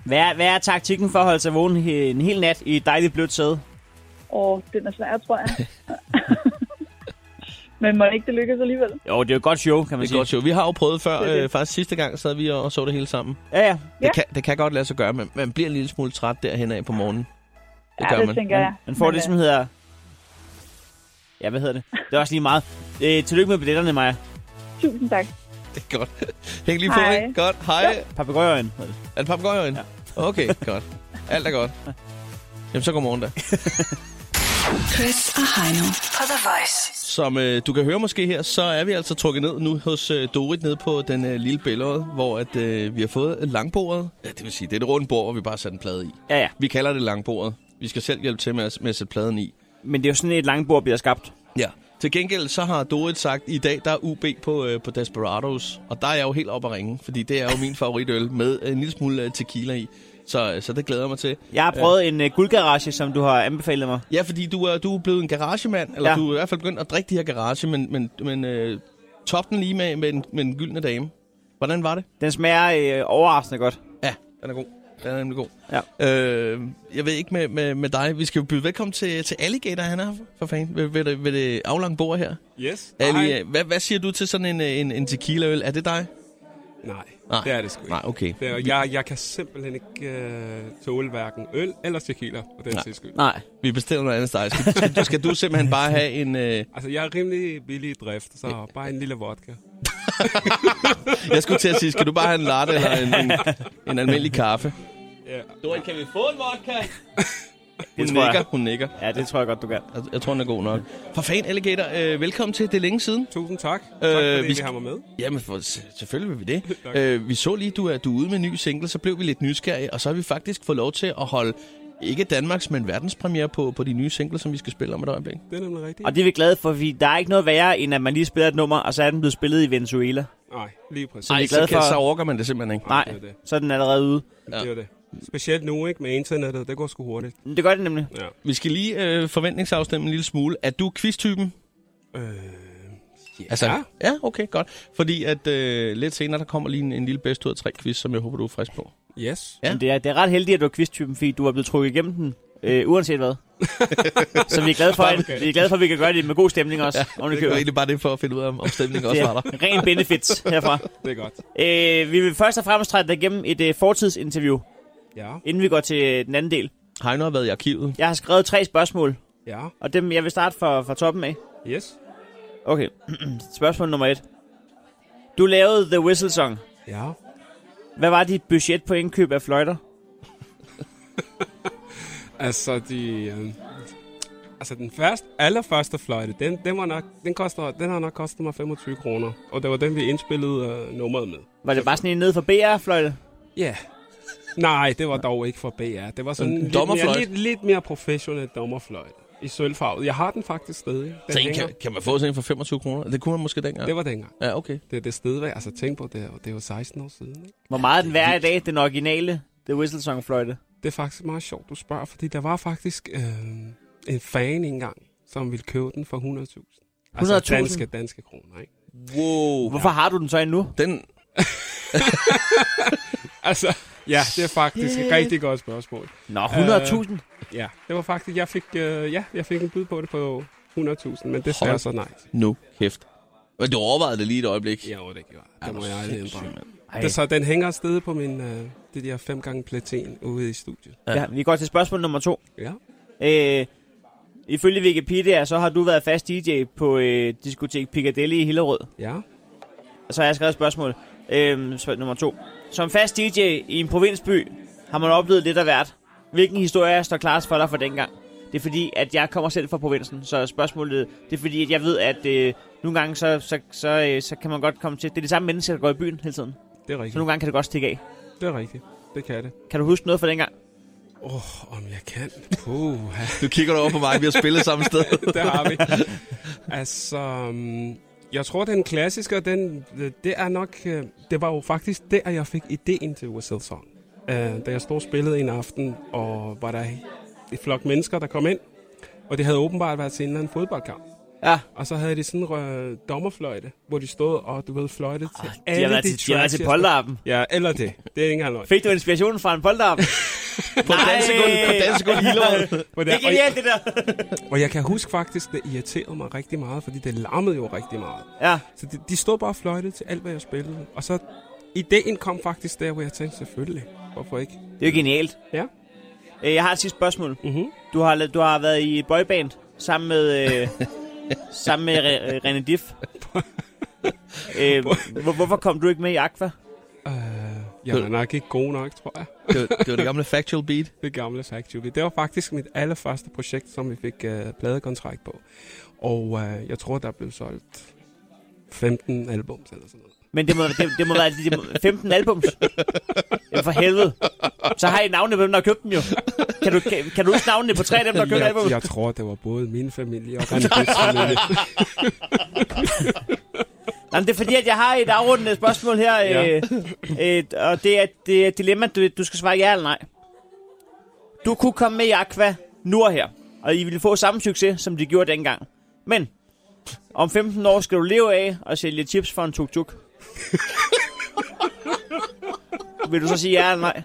S3: Hvad er, hvad er taktikken for at holde sig vågen he- en hel nat i et dejligt blødt sæde?
S9: Og den er svær, tror jeg. Men må ikke det lykkes alligevel?
S3: Jo, det er jo et godt show, kan man
S2: Det er
S3: sige.
S2: godt jo. Vi har jo prøvet før.
S9: Det er det.
S2: Øh, faktisk sidste gang sad vi og så det hele sammen.
S3: Ja, ja.
S2: Ja.
S9: Ja.
S2: Det, kan, det kan godt lade sig gøre, men man bliver en lille smule træt derhen af på morgenen. Det
S9: ja,
S2: gør
S9: det
S2: man.
S9: tænker jeg.
S3: Man får
S9: Men,
S3: det, som
S9: øh,
S3: hedder... Ja, hvad hedder det? Det er også lige meget. Øh, tillykke med billetterne, Maja.
S9: Tusind tak.
S2: Det er godt. Hæng lige på,
S9: Hej.
S2: ikke? Godt. Hej. Ja.
S3: Papagøjeren.
S2: Er det papagøjen? Ja. Okay, godt. Alt er godt. Jamen, så godmorgen da.
S1: Chris og Heino på The Voice.
S2: Som øh, du kan høre måske her, så er vi altså trukket ned nu hos øh, Dorit nede på den øh, lille billede, hvor at, øh, vi har fået langbordet. Ja, det vil sige, det er det runde bord, hvor vi bare satte en plade i.
S3: Ja, ja.
S2: Vi kalder det langbordet. Vi skal selv hjælpe til med at, med at sætte pladen i.
S3: Men det er jo sådan et langbord, bliver skabt.
S2: Ja. Til gengæld så har Dorit sagt, at i dag der er UB på, øh, på Desperados. Og der er jeg jo helt oppe at ringe, fordi det er jo min favoritøl med øh, en lille smule øh, tequila i. Så, øh, så det glæder jeg mig til.
S3: Jeg har prøvet en øh, guldgarage, som du har anbefalet mig.
S2: Ja, fordi du er, du er blevet en garagemand, eller ja.
S3: Ja.
S2: du er i hvert fald begyndt at drikke de her garage, men, men, men øh, top den lige med, med, en, med en gyldne dame. Hvordan var det?
S3: Den smager øh, overraskende godt.
S2: Ja, den er god. Den er nemlig god.
S3: Ja.
S2: Øh, jeg ved ikke med, med, med dig. Vi skal jo byde velkommen til, til Alligator, han er for fanden, ved, ved, det, ved det aflange bord her.
S10: Yes.
S2: Ali, hvad, hvad siger du til sådan en, øh, en, en tequilaøl? Er det dig?
S10: Nej,
S2: Nej.
S10: Nej, det er det sgu ikke.
S2: Nej, okay.
S10: Det er, jeg, jeg kan simpelthen ikke øh, tåle hverken øl eller tequila på den
S2: Nej.
S10: sags skyld.
S3: Nej.
S2: Vi bestiller noget andet steg. Skal, skal, skal du simpelthen bare have en... Øh,
S10: Altså, jeg er rimelig billig i drift, så bare en lille vodka.
S2: jeg skulle til at sige, skal du bare have en latte eller en, en, en almindelig kaffe?
S10: Ja.
S2: Dorit, kan vi få en vodka? Hun
S3: tror jeg.
S2: nikker, hun nikker.
S3: Ja, det tror jeg godt, du kan.
S2: Jeg, jeg tror, den er god nok. For fan, Alligator, øh, velkommen til. Det er længe siden.
S10: Tusind tak. Øh, tak for det,
S2: vi
S10: vi
S2: skal-
S10: har mig med.
S2: Jamen, for, se- selvfølgelig vil vi det.
S10: Tak.
S2: øh, vi så lige, du er, du er ude med en ny single, så blev vi lidt nysgerrige, og så har vi faktisk fået lov til at holde ikke Danmarks, men verdenspremiere på, på de nye singler, som vi skal spille om et øjeblik.
S10: Det er nemlig rigtigt.
S3: Og det er vi glade for, fordi der er ikke noget værre, end at man lige spiller et nummer, og så er den blevet spillet i Venezuela.
S10: Nej, lige præcis.
S3: Ej,
S10: Ej,
S3: vi er glade
S2: så, kan,
S3: for-
S2: så overgår man det simpelthen ikke.
S3: Nej,
S10: det er det.
S3: så er den allerede ude.
S10: ja. Det er det. Specielt nu, ikke? Med internettet. Det går sgu hurtigt.
S3: Men Det gør det nemlig.
S10: Ja.
S2: Vi skal lige øh, forventningsafstemme en lille smule. Er du quiz-typen?
S10: Øh, ja.
S2: Altså, ja, okay, godt. Fordi at øh, lidt senere, der kommer lige en, en lille bedst ud af tre quiz, som jeg håber, du er frisk på.
S10: Yes.
S2: Ja.
S3: Men det er, det er ret heldigt, at du er quiztypen, fordi du er blevet trukket igennem den øh, uanset hvad. så vi er glade for, at, vi er glade for, at vi kan gøre det med god stemning også. Ja,
S2: det er egentlig bare det for at finde ud af, om- om stemningen også var der.
S3: Ren benefits herfra.
S10: Det er godt.
S3: Øh, vi vil først og fremmest træde dig igennem et øh, fortidsinterview,
S10: Ja,
S3: inden vi går til øh, den anden del.
S2: Heino har været i arkivet.
S3: Jeg har skrevet tre spørgsmål,
S10: ja,
S3: og dem jeg vil starte fra, fra toppen af.
S10: yes.
S3: Okay, spørgsmål nummer et. Du lavede The Whistle Song.
S10: Ja,
S3: Hvad var dit budget på indkøb af fløjter?
S10: altså de... Øh, altså den første, allerførste fløjte, den, den, var nok, den, koster, den har nok kostet mig 25 kroner. Og det var den, vi indspillede øh, nummeret med.
S3: Var det bare sådan en nede for BR-fløjte?
S10: Ja. Yeah. Nej, det var dog ikke for BR. Det var sådan
S2: En
S10: en lidt, mere,
S2: dommerfløjte?
S10: lidt, lidt mere professionel dommerfløjt i sølvfarvet. Jeg har den faktisk stadig. Den
S2: Så en,
S10: hænger.
S2: kan, kan man få sådan en for 25 kroner? Det kunne man måske dengang.
S10: Det var dengang.
S2: Ja, okay.
S10: Det er det sted, hvad- altså tænk på, det er, jo- det er jo 16 år siden. Ikke?
S3: Hvor meget er den værd i dag, den originale The Whistle Song-fløjte?
S10: Det er faktisk meget sjovt, du spørger, fordi der var faktisk øh, en fan engang, som ville købe den for 100.000. Altså
S3: 100.000?
S10: danske, danske kroner, ikke?
S2: Wow.
S3: Uh, Hvorfor har du den så endnu?
S2: Den,
S10: Altså, ja, det er faktisk et rigtig godt spørgsmål.
S3: Nå, 100.000. Øh,
S10: Ja, det var faktisk, jeg fik, øh, ja, jeg fik en bud på det på 100.000, men det
S2: Hold
S10: sagde så nej. til.
S2: nu kæft. Men du overvejede det lige et øjeblik.
S10: Jo, det gjorde jeg. Det må jeg aldrig ændre.
S3: Ej,
S10: Det, så den hænger stadig på min, øh, det der fem gange platin ude i studiet.
S3: ja, vi går til spørgsmål nummer to.
S10: Ja.
S3: Øh, ifølge Wikipedia, så har du været fast DJ på øh, diskotek Piccadilly i Hillerød.
S10: Ja.
S3: Og så har jeg skrevet et spørgsmål. Øh, spørg- nummer to. Som fast DJ i en provinsby har man oplevet lidt af hvert. Hvilken historie står klar for dig fra dengang? Det er fordi, at jeg kommer selv fra provinsen, så spørgsmålet... Det er fordi, at jeg ved, at øh, nogle gange, så, så, så, øh, så kan man godt komme til... Det er de samme mennesker, der går i byen hele tiden.
S10: Det er
S3: Så
S10: rigtigt.
S3: nogle gange kan det godt stikke af.
S10: Det er rigtigt. Det kan det.
S3: Kan du huske noget fra dengang?
S10: Åh, oh, om jeg kan. Puh,
S2: Du kigger over på mig, vi har spillet samme sted.
S10: det har vi. Altså, mm, jeg tror, den klassiske, og den, det er nok... øh, Det var jo faktisk der, jeg fik idéen til Whistle Song. Uh, da jeg stod og spillede en aften, og var der et flok mennesker, der kom ind, og det havde åbenbart været til en eller anden fodboldkamp.
S3: Ja.
S10: Og så havde de sådan en uh, dommerfløjte, hvor de stod og, du ved, fløjtede til
S3: Ah, De har været til, de har været til polterappen.
S10: Ja, eller det. Det er ikke engang løgn.
S3: Fik du inspirationen fra en polterappen?
S2: På
S3: Nej.
S2: dansegulvet, på dansegulvet i Hillerød.
S10: Hvor
S3: Det
S10: der-
S3: er genialt, det der.
S10: Og, og jeg kan huske faktisk, det irriterede mig rigtig meget, fordi det larmede jo rigtig meget.
S3: Ja.
S10: Så de, de stod bare og fløjtede til alt, hvad jeg spillede. Og så ideen kom faktisk der, hvor jeg tænkte, selvfølgelig, hvorfor ikke?
S3: Det er jo genialt.
S10: Ja.
S3: Øh, Jeg har et sidste spørgsmål.
S10: Mm-hmm.
S3: Du har, la- du har været i et boyband sammen med, øh, sammen med Re- øh, René Diff. øh, hvor, hvorfor kom du ikke med i Aqua?
S10: Øh, jeg var nok ikke god nok, tror jeg.
S2: Det var, det var det gamle Factual Beat.
S10: Det gamle Factually. Det var faktisk mit allerførste projekt, som vi fik øh, pladekontrakt på. Og øh, jeg tror, der blev solgt 15 albums eller sådan noget.
S3: Men det må, det, det må være det må, 15 albums. Jamen for helvede. Så har I navnene på dem, der har købt dem jo. Kan du, kan, kan du huske navnene på tre af dem, der har købt
S10: Jeg,
S3: albummet?
S10: jeg tror, det var både min familie og Rennes familie.
S3: Jamen, det er fordi, at jeg har et afrundende spørgsmål her.
S10: Ja.
S3: Øh, øh, og det er, det er et dilemma, du, du skal svare ja eller nej. Du kunne komme med i Aqua nu og her, og I ville få samme succes, som de gjorde dengang. Men om 15 år skal du leve af og sælge chips for en tuk-tuk. Vil du så sige ja eller nej?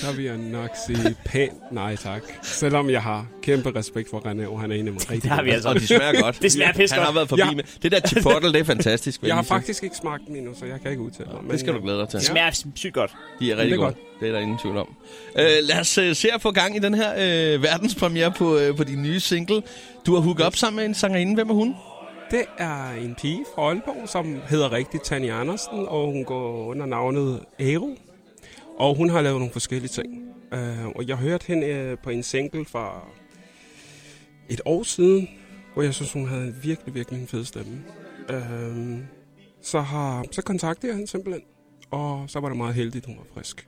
S10: Så vil jeg nok sige pænt nej tak. Selvom jeg har kæmpe respekt for René, og han er en af mig rigtig
S3: Det har vi
S10: god.
S3: altså.
S2: Og de smager godt.
S3: Det smager pisse
S2: Han har
S3: godt.
S2: været forbi
S10: Ja.
S2: med. Det der chipotle, det er fantastisk. vil
S10: Jeg har
S2: lige sige.
S10: faktisk ikke smagt den endnu, så jeg kan ikke udtale mig. Men, øh,
S2: Det skal du glæde dig til.
S3: Det smager sygt godt.
S2: De er rigtig
S10: Det er
S2: gode. Det er der ingen tvivl om. Øh, lad os øh, se at få gang i den her øh, verdenspremiere på, øh, på din nye single. Du har hooket op sammen med en sangerinde. Hvem er hun?
S10: Det er en pige fra Aalborg, som hedder rigtig Tanja Andersen, og hun går under navnet Aero. Og hun har lavet nogle forskellige ting. Uh, og jeg hørte hende øh, på en single fra et år siden, hvor jeg synes, hun havde en virkelig, virkelig en fed stemme. Uh, så, har, så kontaktede jeg hende simpelthen, og så var det meget heldigt, hun var frisk.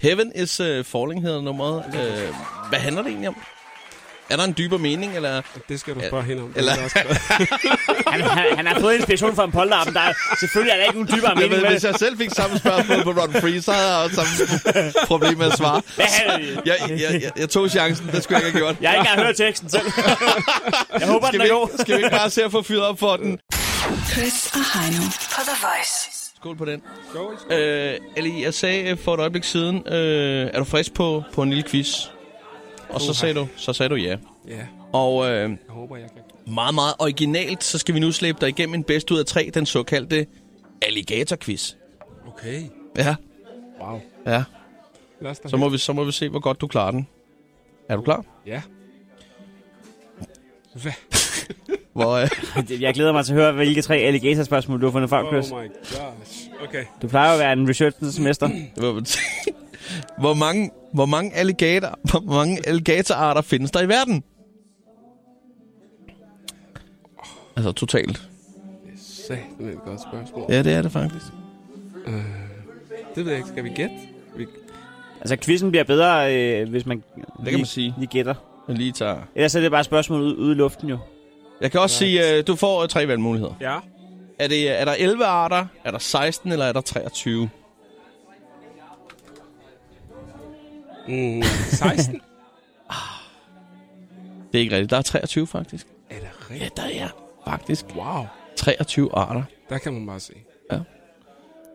S2: Heaven is uh, Falling hedder nummeret. Øh, hvad handler det egentlig om? Er der en dybere mening, eller
S10: Og det skal du spørge hende om. Det
S2: Eller-
S10: vil jeg også gøre.
S3: Han, han, han har fået inspiration fra en polterappen. Der er, selvfølgelig er der ikke nogen dybere
S2: Jeg
S3: mening
S2: ved,
S3: med
S2: hvis
S3: det.
S2: jeg selv fik samme spørgsmål på Ron Free, så havde jeg også samme problem med at svare.
S3: Hvad er det?
S2: Jeg, jeg, jeg, jeg tog chancen, det skulle jeg ikke have gjort.
S3: Jeg har ikke engang hørt teksten selv. Jeg håber,
S2: Skal
S3: den
S2: vi,
S3: er god.
S2: ikke- skal vi ikke bare se at få fyret op for den?
S1: Chris og Heino på The Voice.
S2: Skål på den.
S10: Skål, skål.
S2: Øh, Ali, jeg sagde øh, for et øjeblik siden, øh, er du frisk på, på en lille quiz? Og så sagde du, så sagde du ja.
S10: Ja.
S2: Og øh,
S10: Jeg håber, jeg kan.
S2: meget, meget originalt, så skal vi nu slæbe dig igennem en bedst ud af tre, den såkaldte alligator-quiz.
S10: Okay.
S2: Ja,
S10: Wow.
S2: ja.
S10: Lad os da
S2: Så må,
S10: høre.
S2: vi, så må vi se, hvor godt du klarer den. Er du klar?
S10: Ja. Hvad?
S2: Hvor, øh,
S3: Jeg glæder mig til at høre, hvilke tre alligatorspørgsmål du har fundet frem,
S10: Oh
S3: Chris.
S10: my gosh. Okay.
S3: Du plejer jo at være en research-semester.
S2: hvor, hvor, mange, hvor mange, alligator, hvor mange alligatorarter findes der i verden? Altså totalt.
S10: Satan, det er et godt spørgsmål.
S2: Ja, det er det faktisk.
S10: Det ved jeg ikke. Skal vi gætte? Vi...
S3: Altså, quizzen bliver bedre, øh, hvis man,
S2: Det kan man sige.
S3: lige gætter.
S2: Jeg lige tager...
S3: Ellers er det bare et spørgsmål ude, ude i luften, jo.
S2: Jeg kan også sige, øh, du får øh, tre valgmuligheder.
S10: Ja.
S2: Er, det, øh, er der 11 arter, er der 16 eller er der 23?
S10: Mm, 16?
S2: Det er ikke rigtigt. Der er 23 faktisk.
S10: er det
S2: Ja,
S10: rigtigt?
S2: der er faktisk
S10: Wow.
S2: 23 arter.
S10: Der kan man bare se.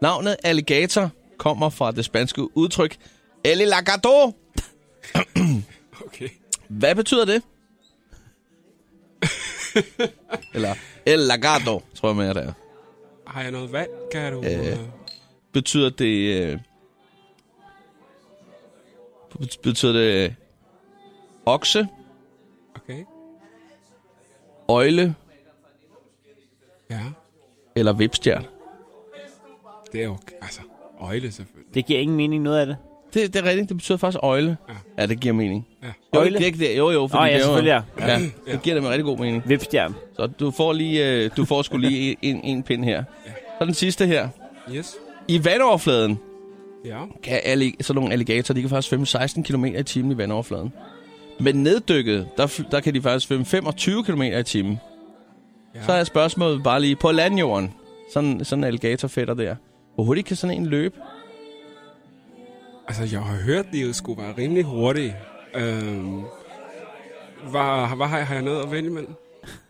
S2: Navnet alligator kommer fra det spanske udtryk alligator.
S10: Okay.
S2: Hvad betyder det? Eller alligator, tror jeg mere det er.
S10: Har jeg noget vand? Kan du...
S2: Øh.
S10: Øh.
S2: Betyder det... Øh, bet- betyder det... øh, Okse,
S10: Okay.
S2: øjle
S10: Ja.
S2: eller vipstjern?
S10: Det er jo... Altså, øjle selvfølgelig.
S3: Det giver ingen mening, noget af det.
S2: Det, det er rigtigt. Det betyder faktisk øjle. Ja, ja det giver mening.
S10: Ja.
S2: Jo,
S3: Øjle?
S2: det er ikke det. Jo, jo. fordi
S3: Åh, ja,
S2: det er jo-
S3: selvfølgelig, ja.
S2: ja. Det giver dem en rigtig god mening.
S3: Vipstjern.
S2: Så du får, lige, øh, du får sgu lige en, en pind her. Så den sidste her.
S10: Yes.
S2: I vandoverfladen
S10: Ja.
S2: kan alle, sådan nogle alligatorer, de kan faktisk svømme 16 km i timen i vandoverfladen. Men neddykket, der, fl- der kan de faktisk svømme 25 km i timen.
S10: ja.
S2: Så er spørgsmålet bare lige på landjorden. Sådan, sådan en alligator fætter der. Hvor hurtigt kan sådan en løbe?
S10: Altså, jeg har hørt, at det skulle være rimelig hurtigt. Øhm, hvad, hvad har, jeg, har jeg noget at vælge imellem?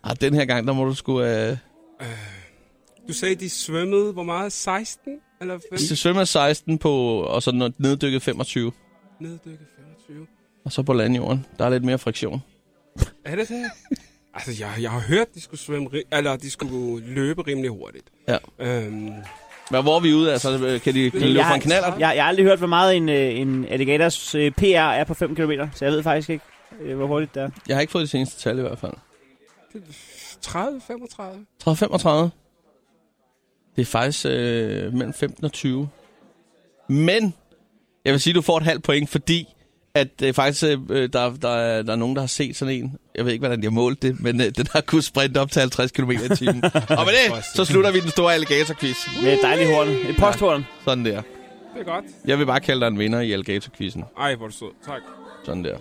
S2: Ah, den her gang, der må du sgu... Øh,
S10: Du sagde, de svømmede, hvor meget? 16? Eller 5?
S2: til svømme 16 på, og så nå- neddykket 25.
S10: Neddykket 25.
S2: Og så på landjorden. Der er lidt mere friktion.
S10: Er det det? altså, jeg, jeg har hørt, at de skulle, svømme, ri- eller, de skulle løbe rimelig hurtigt.
S2: Ja.
S10: Øhm,
S2: Men hvor er vi ude af, så øh, kan de, kan de løbe
S3: Jeg
S2: fra
S3: har,
S2: en knaller?
S3: jeg, jeg har aldrig hørt, hvor meget en, øh, en alligators øh, PR er på 5 km, så jeg ved faktisk ikke, øh, hvor hurtigt det er.
S2: Jeg har ikke fået det seneste tal i hvert fald.
S10: 30, 35?
S2: 35. Det er faktisk øh, mellem 15 og 20. Men jeg vil sige, at du får et halvt point, fordi at øh, faktisk øh, der, der, er- der er nogen, der har set sådan en. Jeg ved ikke, hvordan de har målt det, men øh, den har kunnet sprinte op til 50 km i timen. og med det, så slutter vi den store alligator-quiz.
S3: Med et dejligt horn. Et posthorn.
S2: Sådan der.
S10: Det er godt.
S2: Jeg vil bare kalde dig en vinder i alligator-quizzen.
S10: Ej, hvor er du sød. Tak.
S2: Sådan der.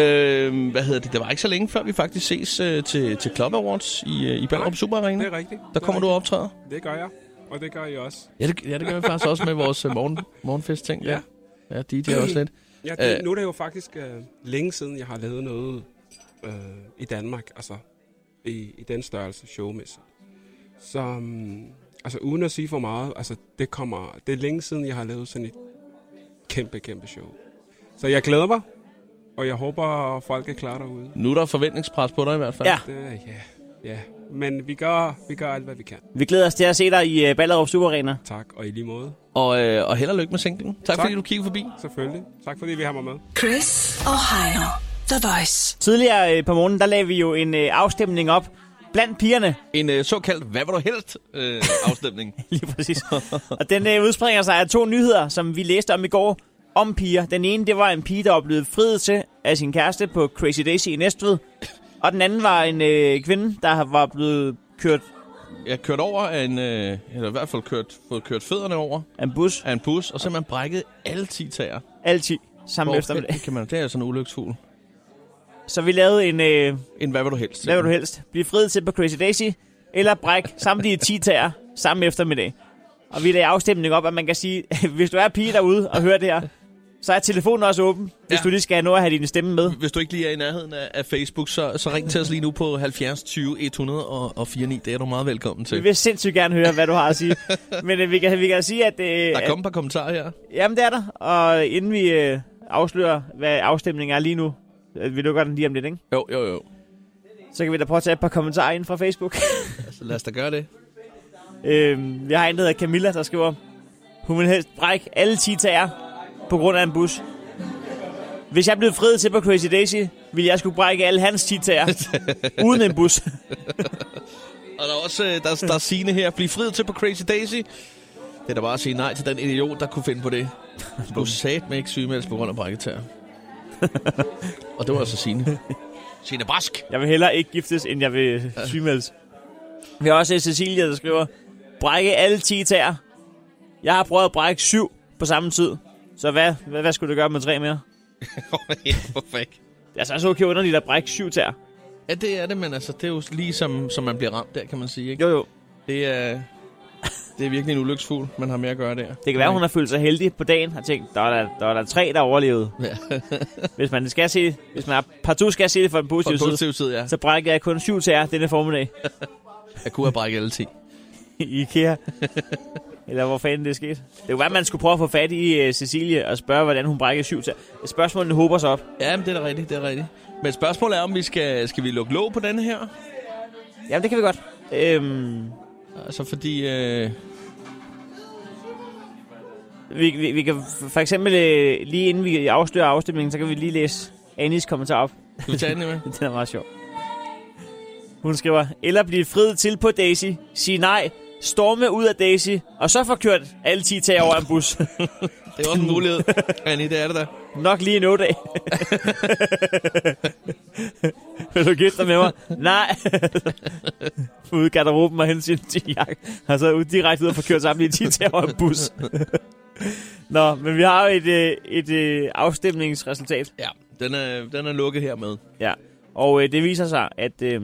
S2: Øh, hvad hedder det? Det var ikke så længe før, vi faktisk ses øh, til, til Club Awards i, øh, i Ballerup Super
S10: Det
S2: Arena.
S10: er rigtigt.
S2: Der kommer du og optræder.
S10: Det gør jeg. Og det gør I også.
S2: Ja, det, ja, det gør vi faktisk også med vores øh, morgen, morgenfest-ting. Ja.
S10: Ja.
S2: ja, DJ også lidt.
S10: Ja, det,
S2: Øh.
S10: øh. nu er det jo faktisk øh, længe siden, jeg har lavet noget øh, i Danmark, altså i, i den størrelse showmæssigt. Så um, altså, uden at sige for meget, altså, det, kommer, det er længe siden, jeg har lavet sådan et kæmpe, kæmpe show. Så jeg glæder mig, og jeg håber, folk er klar derude.
S2: Nu er der forventningspres på dig i hvert fald.
S3: Ja.
S10: Det, ja, ja. Men vi gør, vi gør alt, hvad vi kan.
S3: Vi glæder os til at se dig i øh, Ballerup Super Arena.
S10: Tak, og i lige måde,
S2: Og, øh, og held og lykke med singlen. Tak, tak,
S10: Tak.
S2: fordi du kiggede forbi.
S10: selvfølgelig. Tak fordi vi har mig med.
S1: Chris og Heino. The Voice.
S3: Tidligere øh, på morgenen, der lagde vi jo en øh, afstemning op blandt pigerne.
S2: En øh, såkaldt, hvad var du helst, øh, afstemning.
S3: Lige præcis. og den øh, udspringer sig af to nyheder, som vi læste om i går om piger. Den ene, det var en pige, der oplevede friet til af sin kæreste på Crazy Daisy i Næstved. Og den anden var en øh, kvinde, der var blevet kørt
S2: Jeg kørte over af en, øh, eller i hvert fald kørt, fået kørt fødderne over
S3: af en bus
S2: af en bus, og simpelthen brækkede alle 10 tager.
S3: altid samme eftermiddag.
S2: det, kan man, det er jo sådan en ulyksfugl.
S3: Så vi lavede en, øh,
S2: En hvad var du helst.
S3: hvad vil du helst, blive friet til på Crazy Daisy, eller bræk samtlige 10 tager samme eftermiddag. Og vi lagde afstemning op, at man kan sige, hvis du er pige derude og hører det her, så er telefonen også åben, hvis
S2: Ja.
S3: ja. du lige skal have noget at have din stemme med.
S2: Hvis du ikke lige er i nærheden af, af Facebook, så, så ring til os lige nu på 70 20 104 9. Det er du meget velkommen
S3: Vi
S2: til.
S3: vil sindssygt gerne høre, hvad du har at sige. Men øh, vi, kan, vi kan sige, at... Øh,
S2: Der er
S3: at
S2: kommet et par kommentarer her.
S3: jamen, det er der. Og inden vi øh, afslører, hvad afstemningen er lige nu, Øh, Vi lukker den lige om lidt, ikke?
S2: Jo, jo, jo.
S3: Så kan vi da prøve at tage et par kommentarer ind fra Facebook.
S2: Så Altså, lad os da gøre det.
S3: øhm, vi har en, der hedder Camilla, der skriver, hun vil helst brække alle 10 tager på grund af en bus. Hvis jeg blev friet til på Crazy Daisy, ville jeg skulle brække alle hans 10 tager uden en bus.
S2: Og der er også øh, der, der er Signe her. Bliv friet til på Crazy Daisy. Det er da bare at sige nej til den idiot, der kunne finde på det. Du sagde mig ikke sygemeldes på grund af brækketær. Og det var altså Signe. Signe Brask.
S3: Jeg vil hellere ikke giftes, end jeg vil sygemeldes. Vi har også Cecilia, der skriver, brække alle 10 tæer. Jeg har prøvet at brække syv på samme tid. Så hvad, hvad, hvad skulle du gøre med tre mere?
S2: ja, hvorfor ikke?
S3: Det er altså også okay underligt at brække syv tæer.
S2: Ja, det er det, men altså, det er jo lige som, som man bliver ramt der, kan man sige. Ikke?
S3: Jo, jo.
S2: Det er, det er virkelig en ulyksfugl, man har med at gøre der.
S3: Det kan være, hun har følt sig heldig på dagen og tænkt, der er der, der, er der tre, der overlevede.
S2: Ja.
S3: Hvis man skal se, hvis man partout skal se det for den
S2: På
S3: positive,
S2: en positiv
S3: side,
S2: tid, ja.
S3: så brækker jeg kun syv tæer denne formiddag
S2: Jeg kunne have brækket alle 10.
S3: i IKEA. Eller hvor fanden det er sket. Det kunne være, man skulle prøve at få fat i uh, Cecilie og spørge, hvordan hun brækkede syv tæer. Spørgsmålene håber sig op.
S2: Ja, men det er da rigtigt, det er rigtigt. Men spørgsmålet er, om vi skal, skal vi lukke låg på denne her?
S3: Jamen, det kan vi godt. Øhm,
S2: Altså, fordi... Øh,
S3: vi, vi, vi kan f- for eksempel øh, lige inden vi afslører afstemningen, så kan vi lige læse Annis kommentar op.
S2: skal vi tage den med?
S3: Den er meget sjov. Hun skriver, eller blive friet til på Daisy, sig nej, storme ud af Daisy, og så få kørt alle 10 tag over en bus.
S2: Det er også en mulighed. Annie, det er det da.
S3: Nok lige en 8 dag. Vil du gifte dig med mig? Nej. Ude i garderoben og hente sin jakke. Og så ud direkte ud og få kørt sammen i en 10 tag over en bus. Nå, men vi har jo et, øh, et, et afstemningsresultat.
S2: Ja, den er, den er lukket hermed.
S3: Ja, og øh, det viser sig, at... Øh,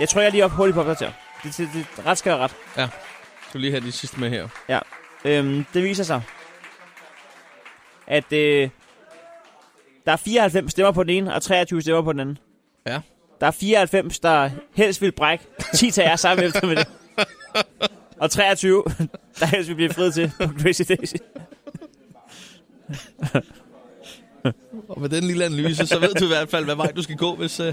S3: jeg tror, jeg er lige op hurtigt på opdateret. Det, det, det, ret skal være ret.
S2: Ja, skal vi lige have de sidste med her.
S3: Ja. Øhm, det viser sig, at øh, der er 94 stemmer på den ene, og 23 stemmer på den anden.
S2: Ja.
S3: Der er 94, der helst vil brække 10 tager sammen efter med det. Og 23, der helst vil blive friet til på Crazy Daisy.
S2: Og med den lille analyse, så ved du i hvert fald, hvad vej du skal gå, hvis, øh,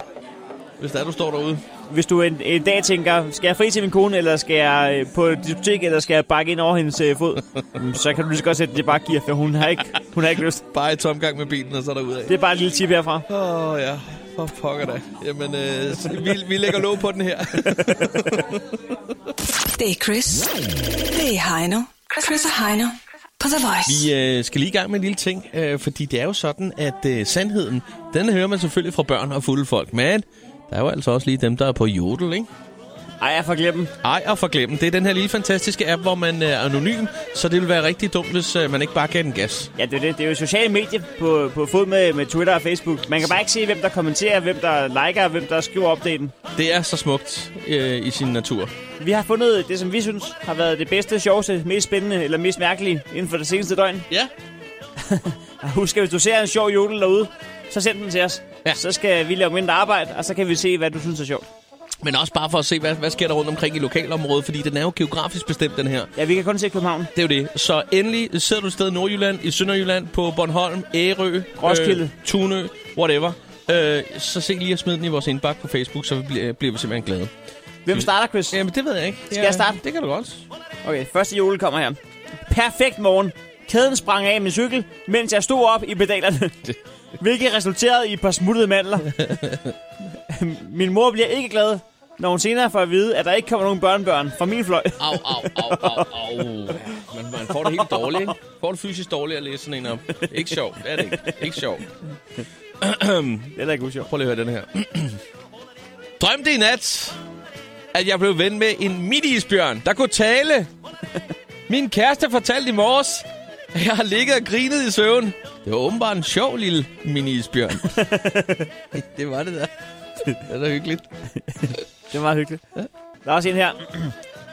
S2: hvis der er, du står derude.
S3: Hvis du en, en dag tænker, skal jeg fri til min kone, eller skal jeg øh, på et diskotek, eller skal jeg bakke ind over hendes øh, fod, Jamen, så kan du lige så godt sætte det bare gear, for hun har ikke, hun har ikke lyst.
S2: Bare i tomgang med bilen, og så derudad.
S3: Det er bare et lille tip herfra.
S2: Åh, oh, ja. For pokker da. Jamen, øh, så vi, vi lægger låg på den her.
S1: Det er Chris. Det er Heino. Chris og Heino på The Voice.
S2: Vi øh, skal lige i gang med en lille ting, øh, fordi det er jo sådan, at øh, sandheden, den hører man selvfølgelig fra børn og fulde folk, men der er jo altså også lige dem, der er på jodel, ikke?
S3: Ej, jeg får glemt dem.
S2: Ej, og forglemme. Det er den her lille fantastiske app, hvor man øh, er anonym, så det vil være rigtig dumt, hvis øh, man ikke bare gav den gas.
S3: Ja, det er, det. det er jo sociale medier på, på fod med, med Twitter og Facebook. Man kan bare ikke se, hvem der kommenterer, hvem der liker, og hvem der skriver opdaten.
S2: Det er så smukt øh, i sin natur.
S3: Vi har fundet det, som vi synes har været det bedste, sjoveste, mest spændende eller mest mærkelige inden for det seneste døgn.
S2: Ja.
S3: Og Husk, at hvis du ser en sjov jodel derude, så send den til os.
S2: Ja.
S3: Så skal vi lave mindre arbejde, og så kan vi se, hvad du synes er sjovt.
S2: Men også bare for at se, hvad, hvad sker der rundt omkring i lokalområdet, fordi den er jo geografisk bestemt, den her.
S3: Ja, vi kan kun se København.
S2: Det er jo det. Så endelig sidder du et sted i Nordjylland, i Sønderjylland, på Bornholm, Ærø,
S3: Roskilde.
S2: Øh, Tunø, whatever. Øh, så se lige at smide den i vores indbakke på Facebook, så vi bliver, bliver vi simpelthen glade.
S3: Hvem starter, Chris?
S2: Jamen, det ved jeg ikke.
S3: Skal jeg starte?
S2: Det kan du godt.
S3: Okay, første jodel kommer her. Perfekt morgen. Kæden sprang af min cykel, mens jeg stod op i pedalerne. Hvilket resulterede i et par smuttede mandler. min mor bliver ikke glad, når hun senere får at vide, at der ikke kommer nogen børnebørn fra min fløj.
S2: Au, au, au, au, au. Man, man får det helt dårligt, ikke? Får det fysisk dårligt at læse sådan en op. Ikke sjovt. Det er det ikke. Ikke sjovt.
S3: Det er da ikke usjovt.
S2: Prøv lige at høre den her. Drømte i nat, at jeg blev ven med en midisbjørn, der kunne tale. Min kæreste fortalte i morges, at jeg har ligget og grinet i søvn. Det var åbenbart en sjov lille minisbjørn. det var det der. Det er da hyggeligt.
S3: Det er meget hyggeligt. Der er også en her.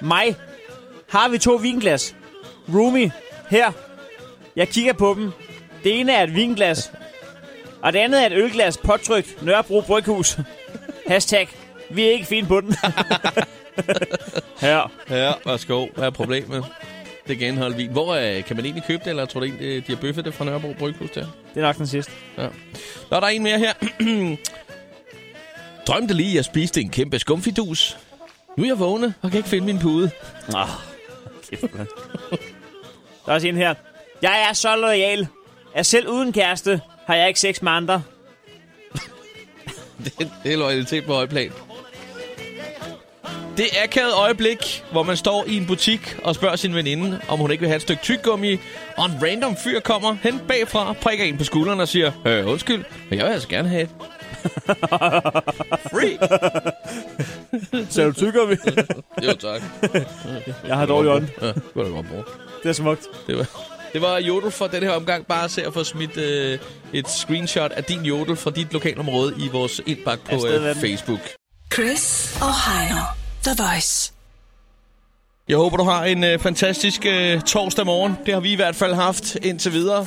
S3: Mig. Har vi to vinglas? Roomy. Her. Jeg kigger på dem. Det ene er et vinglas. Og det andet er et ølglas påtrykt Nørrebro Bryghus. Hashtag. Vi er ikke fint på den. her.
S2: Ja, værsgo. Hvad er problemet? Det kan indeholde vin. Hvor øh, kan man egentlig købe det, eller tror du egentlig, øh, de har bøffet det fra Nørrebro Bryghus der?
S3: Det er nok den sidste.
S2: Ja. Nå, der er en mere her. Drømte lige, at jeg spiste en kæmpe skumfidus. Nu er jeg vågnet og kan ikke finde min pude.
S3: Nå, kæft, mand. Der er også en her. Jeg er så lojal, at selv uden kæreste har jeg ikke sex med andre.
S2: Det, det er loyalitet på højplan. Det er akavet øjeblik, hvor man står i en butik og spørger sin veninde, om hun ikke vil have et stykke tyggegummi, og en random fyr kommer hen bagfra, prikker en på skulderen og siger, øh, undskyld, men jeg vil altså gerne have et. Free!
S3: Så du tykker vi.
S2: Jo, tak.
S3: Jeg har dårlig ånd.
S2: Ja, det var da godt bruge.
S3: Det er smukt.
S2: Det var, det var jodel for den her omgang. Bare se at få smidt øh, et screenshot af din jodel fra dit lokalområde i vores indbakke på
S3: Afsted med
S2: øh,
S3: den.
S2: Facebook.
S1: Chris og Heino. The Voice.
S2: Jeg håber, du har en øh, fantastisk øh, torsdag morgen. Det har vi i hvert fald haft indtil videre.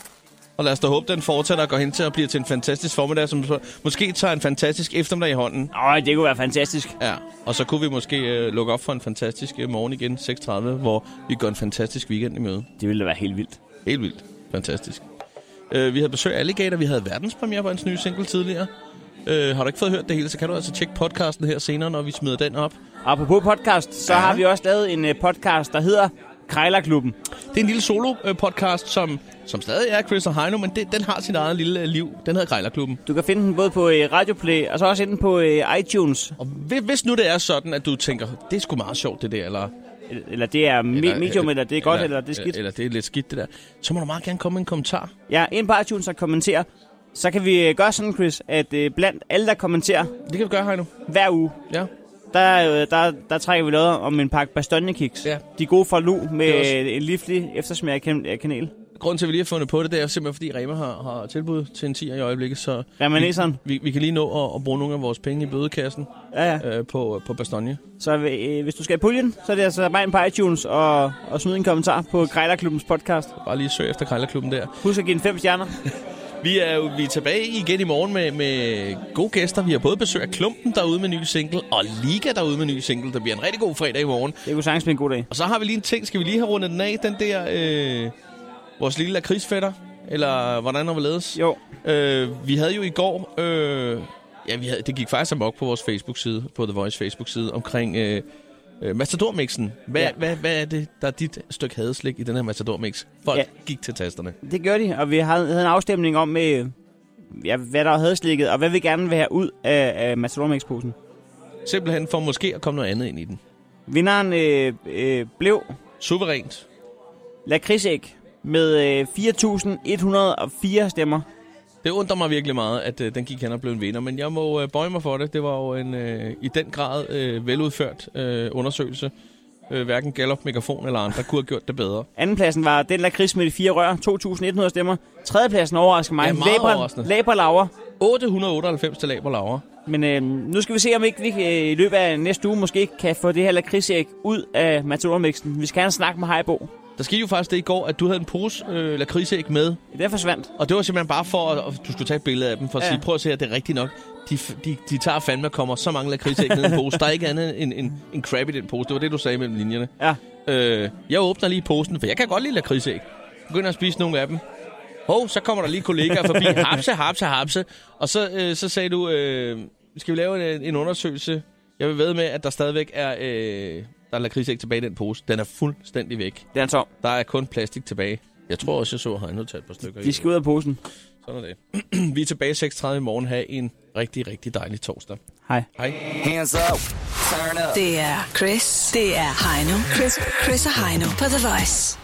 S2: Og lad os da håbe, den fortsætter og går hen til at blive til en fantastisk formiddag, som så måske tager en fantastisk eftermiddag i hånden.
S3: Åh, det kunne være fantastisk.
S2: Ja, og så kunne vi måske øh, lukke op for en fantastisk øh, morgen igen, 6.30, hvor vi går en fantastisk weekend i møde.
S3: Det ville da være helt vildt.
S2: Helt vildt. Fantastisk. Øh, vi havde besøg af Alligator, vi havde verdenspremiere på hans nye single tidligere. Øh, har du ikke fået hørt det hele, så kan du altså tjekke podcasten her senere, når vi smider den op.
S3: Apropos podcast, så
S2: Ja.
S3: ja. har vi også lavet en øh, podcast, der hedder Krejlerklubben.
S2: Det er en lille solo-podcast, som, som stadig er Chris og Heino, men det, den har sit eget lille øh, liv. Den hedder Grejlerklubben.
S3: Du kan finde den både på øh, Radioplay, og så også inde på øh, iTunes.
S2: Og hvi- hvis nu det er sådan, at du tænker, det er sgu meget sjovt det der, eller...
S3: Eller- Eller det er
S2: eller
S3: me- medium, eller det er godt, eller, eller det er skidt.
S2: Eller, det er lidt skidt, det der. Så må du meget gerne komme med en kommentar.
S3: Ja, ind på iTunes og kommenter. Så kan vi øh, gøre sådan, Chris, at øh, blandt alle, der kommenterer
S2: Det kan vi gøre, Heino.
S3: hver uge,
S2: Ja.
S3: der, øh, der, der trækker vi noget om en pakke bastonjekiks.
S2: Ja.
S3: De er gode fra Lu med
S2: Det er også-
S3: øh, en livlig eftersmag af kan- af kanel.
S2: Grunden til, at vi lige har fundet på det, det er simpelthen, fordi Rema har, har tilbud til en 10'er i øjeblikket, så...
S3: Ramaneseren.
S2: Vi, vi kan lige nå at, at bruge nogle af vores penge i bødekassen
S3: Ja, ja.
S2: øh, på, på Bastogne.
S3: Så øh, hvis du skal i puljen, så er det altså bare ind på iTunes og, og smid en kommentar på Grejlerklubbens podcast.
S2: Bare lige søg efter Krejlerklubben der.
S3: Husk at give den fem stjerner.
S2: Vi er jo vi er tilbage igen i morgen med, med gode gæster. Vi har både besøg af Klumpen derude med ny single, og Liga derude med ny single. Det bliver en rigtig god fredag i morgen.
S3: Det kunne sagtens blive en god dag.
S2: Og så har vi lige en ting. Skal vi lige have rundet den af, den der... Øh, vores lille lakridsfætter? Eller hvordan har vi ledes?
S3: Jo.
S2: Øh, vi havde jo i går... Øh, ja, vi havde, det gik faktisk amok på vores Facebook-side, på The Voice Facebook-side, omkring øh, øh, Mastador-mixen. Hvad, ja.
S3: Ja.
S2: hvad, hvad er det, der er dit stykke hadeslik i den her Mastador-mix? Folk ja.
S3: Ja.
S2: gik til tasterne.
S3: Det gjorde de, og vi havde, havde en afstemning om, øh, ja, hvad der havde slikket, og hvad vi gerne vil have ud af, af Mastodon-mix-posen.
S2: Simpelthen for måske at komme noget andet ind i den.
S3: Vinderen øh, øh, blev
S2: Suverænt.
S3: Lakridsæk med øh, 4.104 stemmer.
S2: Det undrer mig virkelig meget, at øh, den gik hen og blev en vinder, men jeg må øh, bøje mig for det. Det var jo en øh, i den grad øh, veludført øh, undersøgelse. Øh, hverken Gallup, Megafon eller andre kunne have gjort det bedre.
S3: Andenpladsen var den lakrids med de fire rør, 2.100 stemmer. Tredjepladsen overrasker mig.
S2: Ja, meget
S3: Labra-
S2: overraskende.
S3: Labra Laura.
S2: 898 til Laber Laura.
S3: Men øh, nu skal vi se, om ikke vi øh, i løbet af næste uge måske kan få det her lakridsæg ud af matadormixen. Vi skal have en snak med Heibo.
S2: Der skete jo faktisk det i går, at du havde en pose øh, lakridsæg med,
S3: Det er forsvandt.
S2: og det var simpelthen bare for, at, at du skulle tage et billede af dem, for at ja.
S3: Ja.
S2: sige, prøv at se her, det er rigtigt nok. De, f- de, de tager fandme og kommer så mange lakridsæg ned i en pose. Der er ikke andet end en, en crab i den pose. Det var det, du sagde mellem linjerne.
S3: Ja.
S2: Øh, jeg åbner lige posen, for jeg kan godt lide lakridsæg. Begynder at spise nogle af dem. Hov, så kommer der lige kollegaer forbi. Hapse, hapse, hapse. Og så, øh, så sagde du, øh, skal vi lave en, en undersøgelse? Jeg vil ved med, at der stadigvæk er, øh, der er lakridsæg tilbage i den pose. Den er fuldstændig væk.
S3: Det er tom.
S2: Der er kun plastik tilbage. Jeg tror også, jeg så, at jeg har taget et par stykker
S3: Vi skal ud af posen.
S2: i. Sådan er det. vi er tilbage 6.30 i morgen. Ha' en rigtig, rigtig dejlig torsdag.
S3: Hej.
S2: Hej.
S7: Hands up. Turn up.
S1: Det er Chris. Det er Heino. Chris, Chris og Heino på The Voice.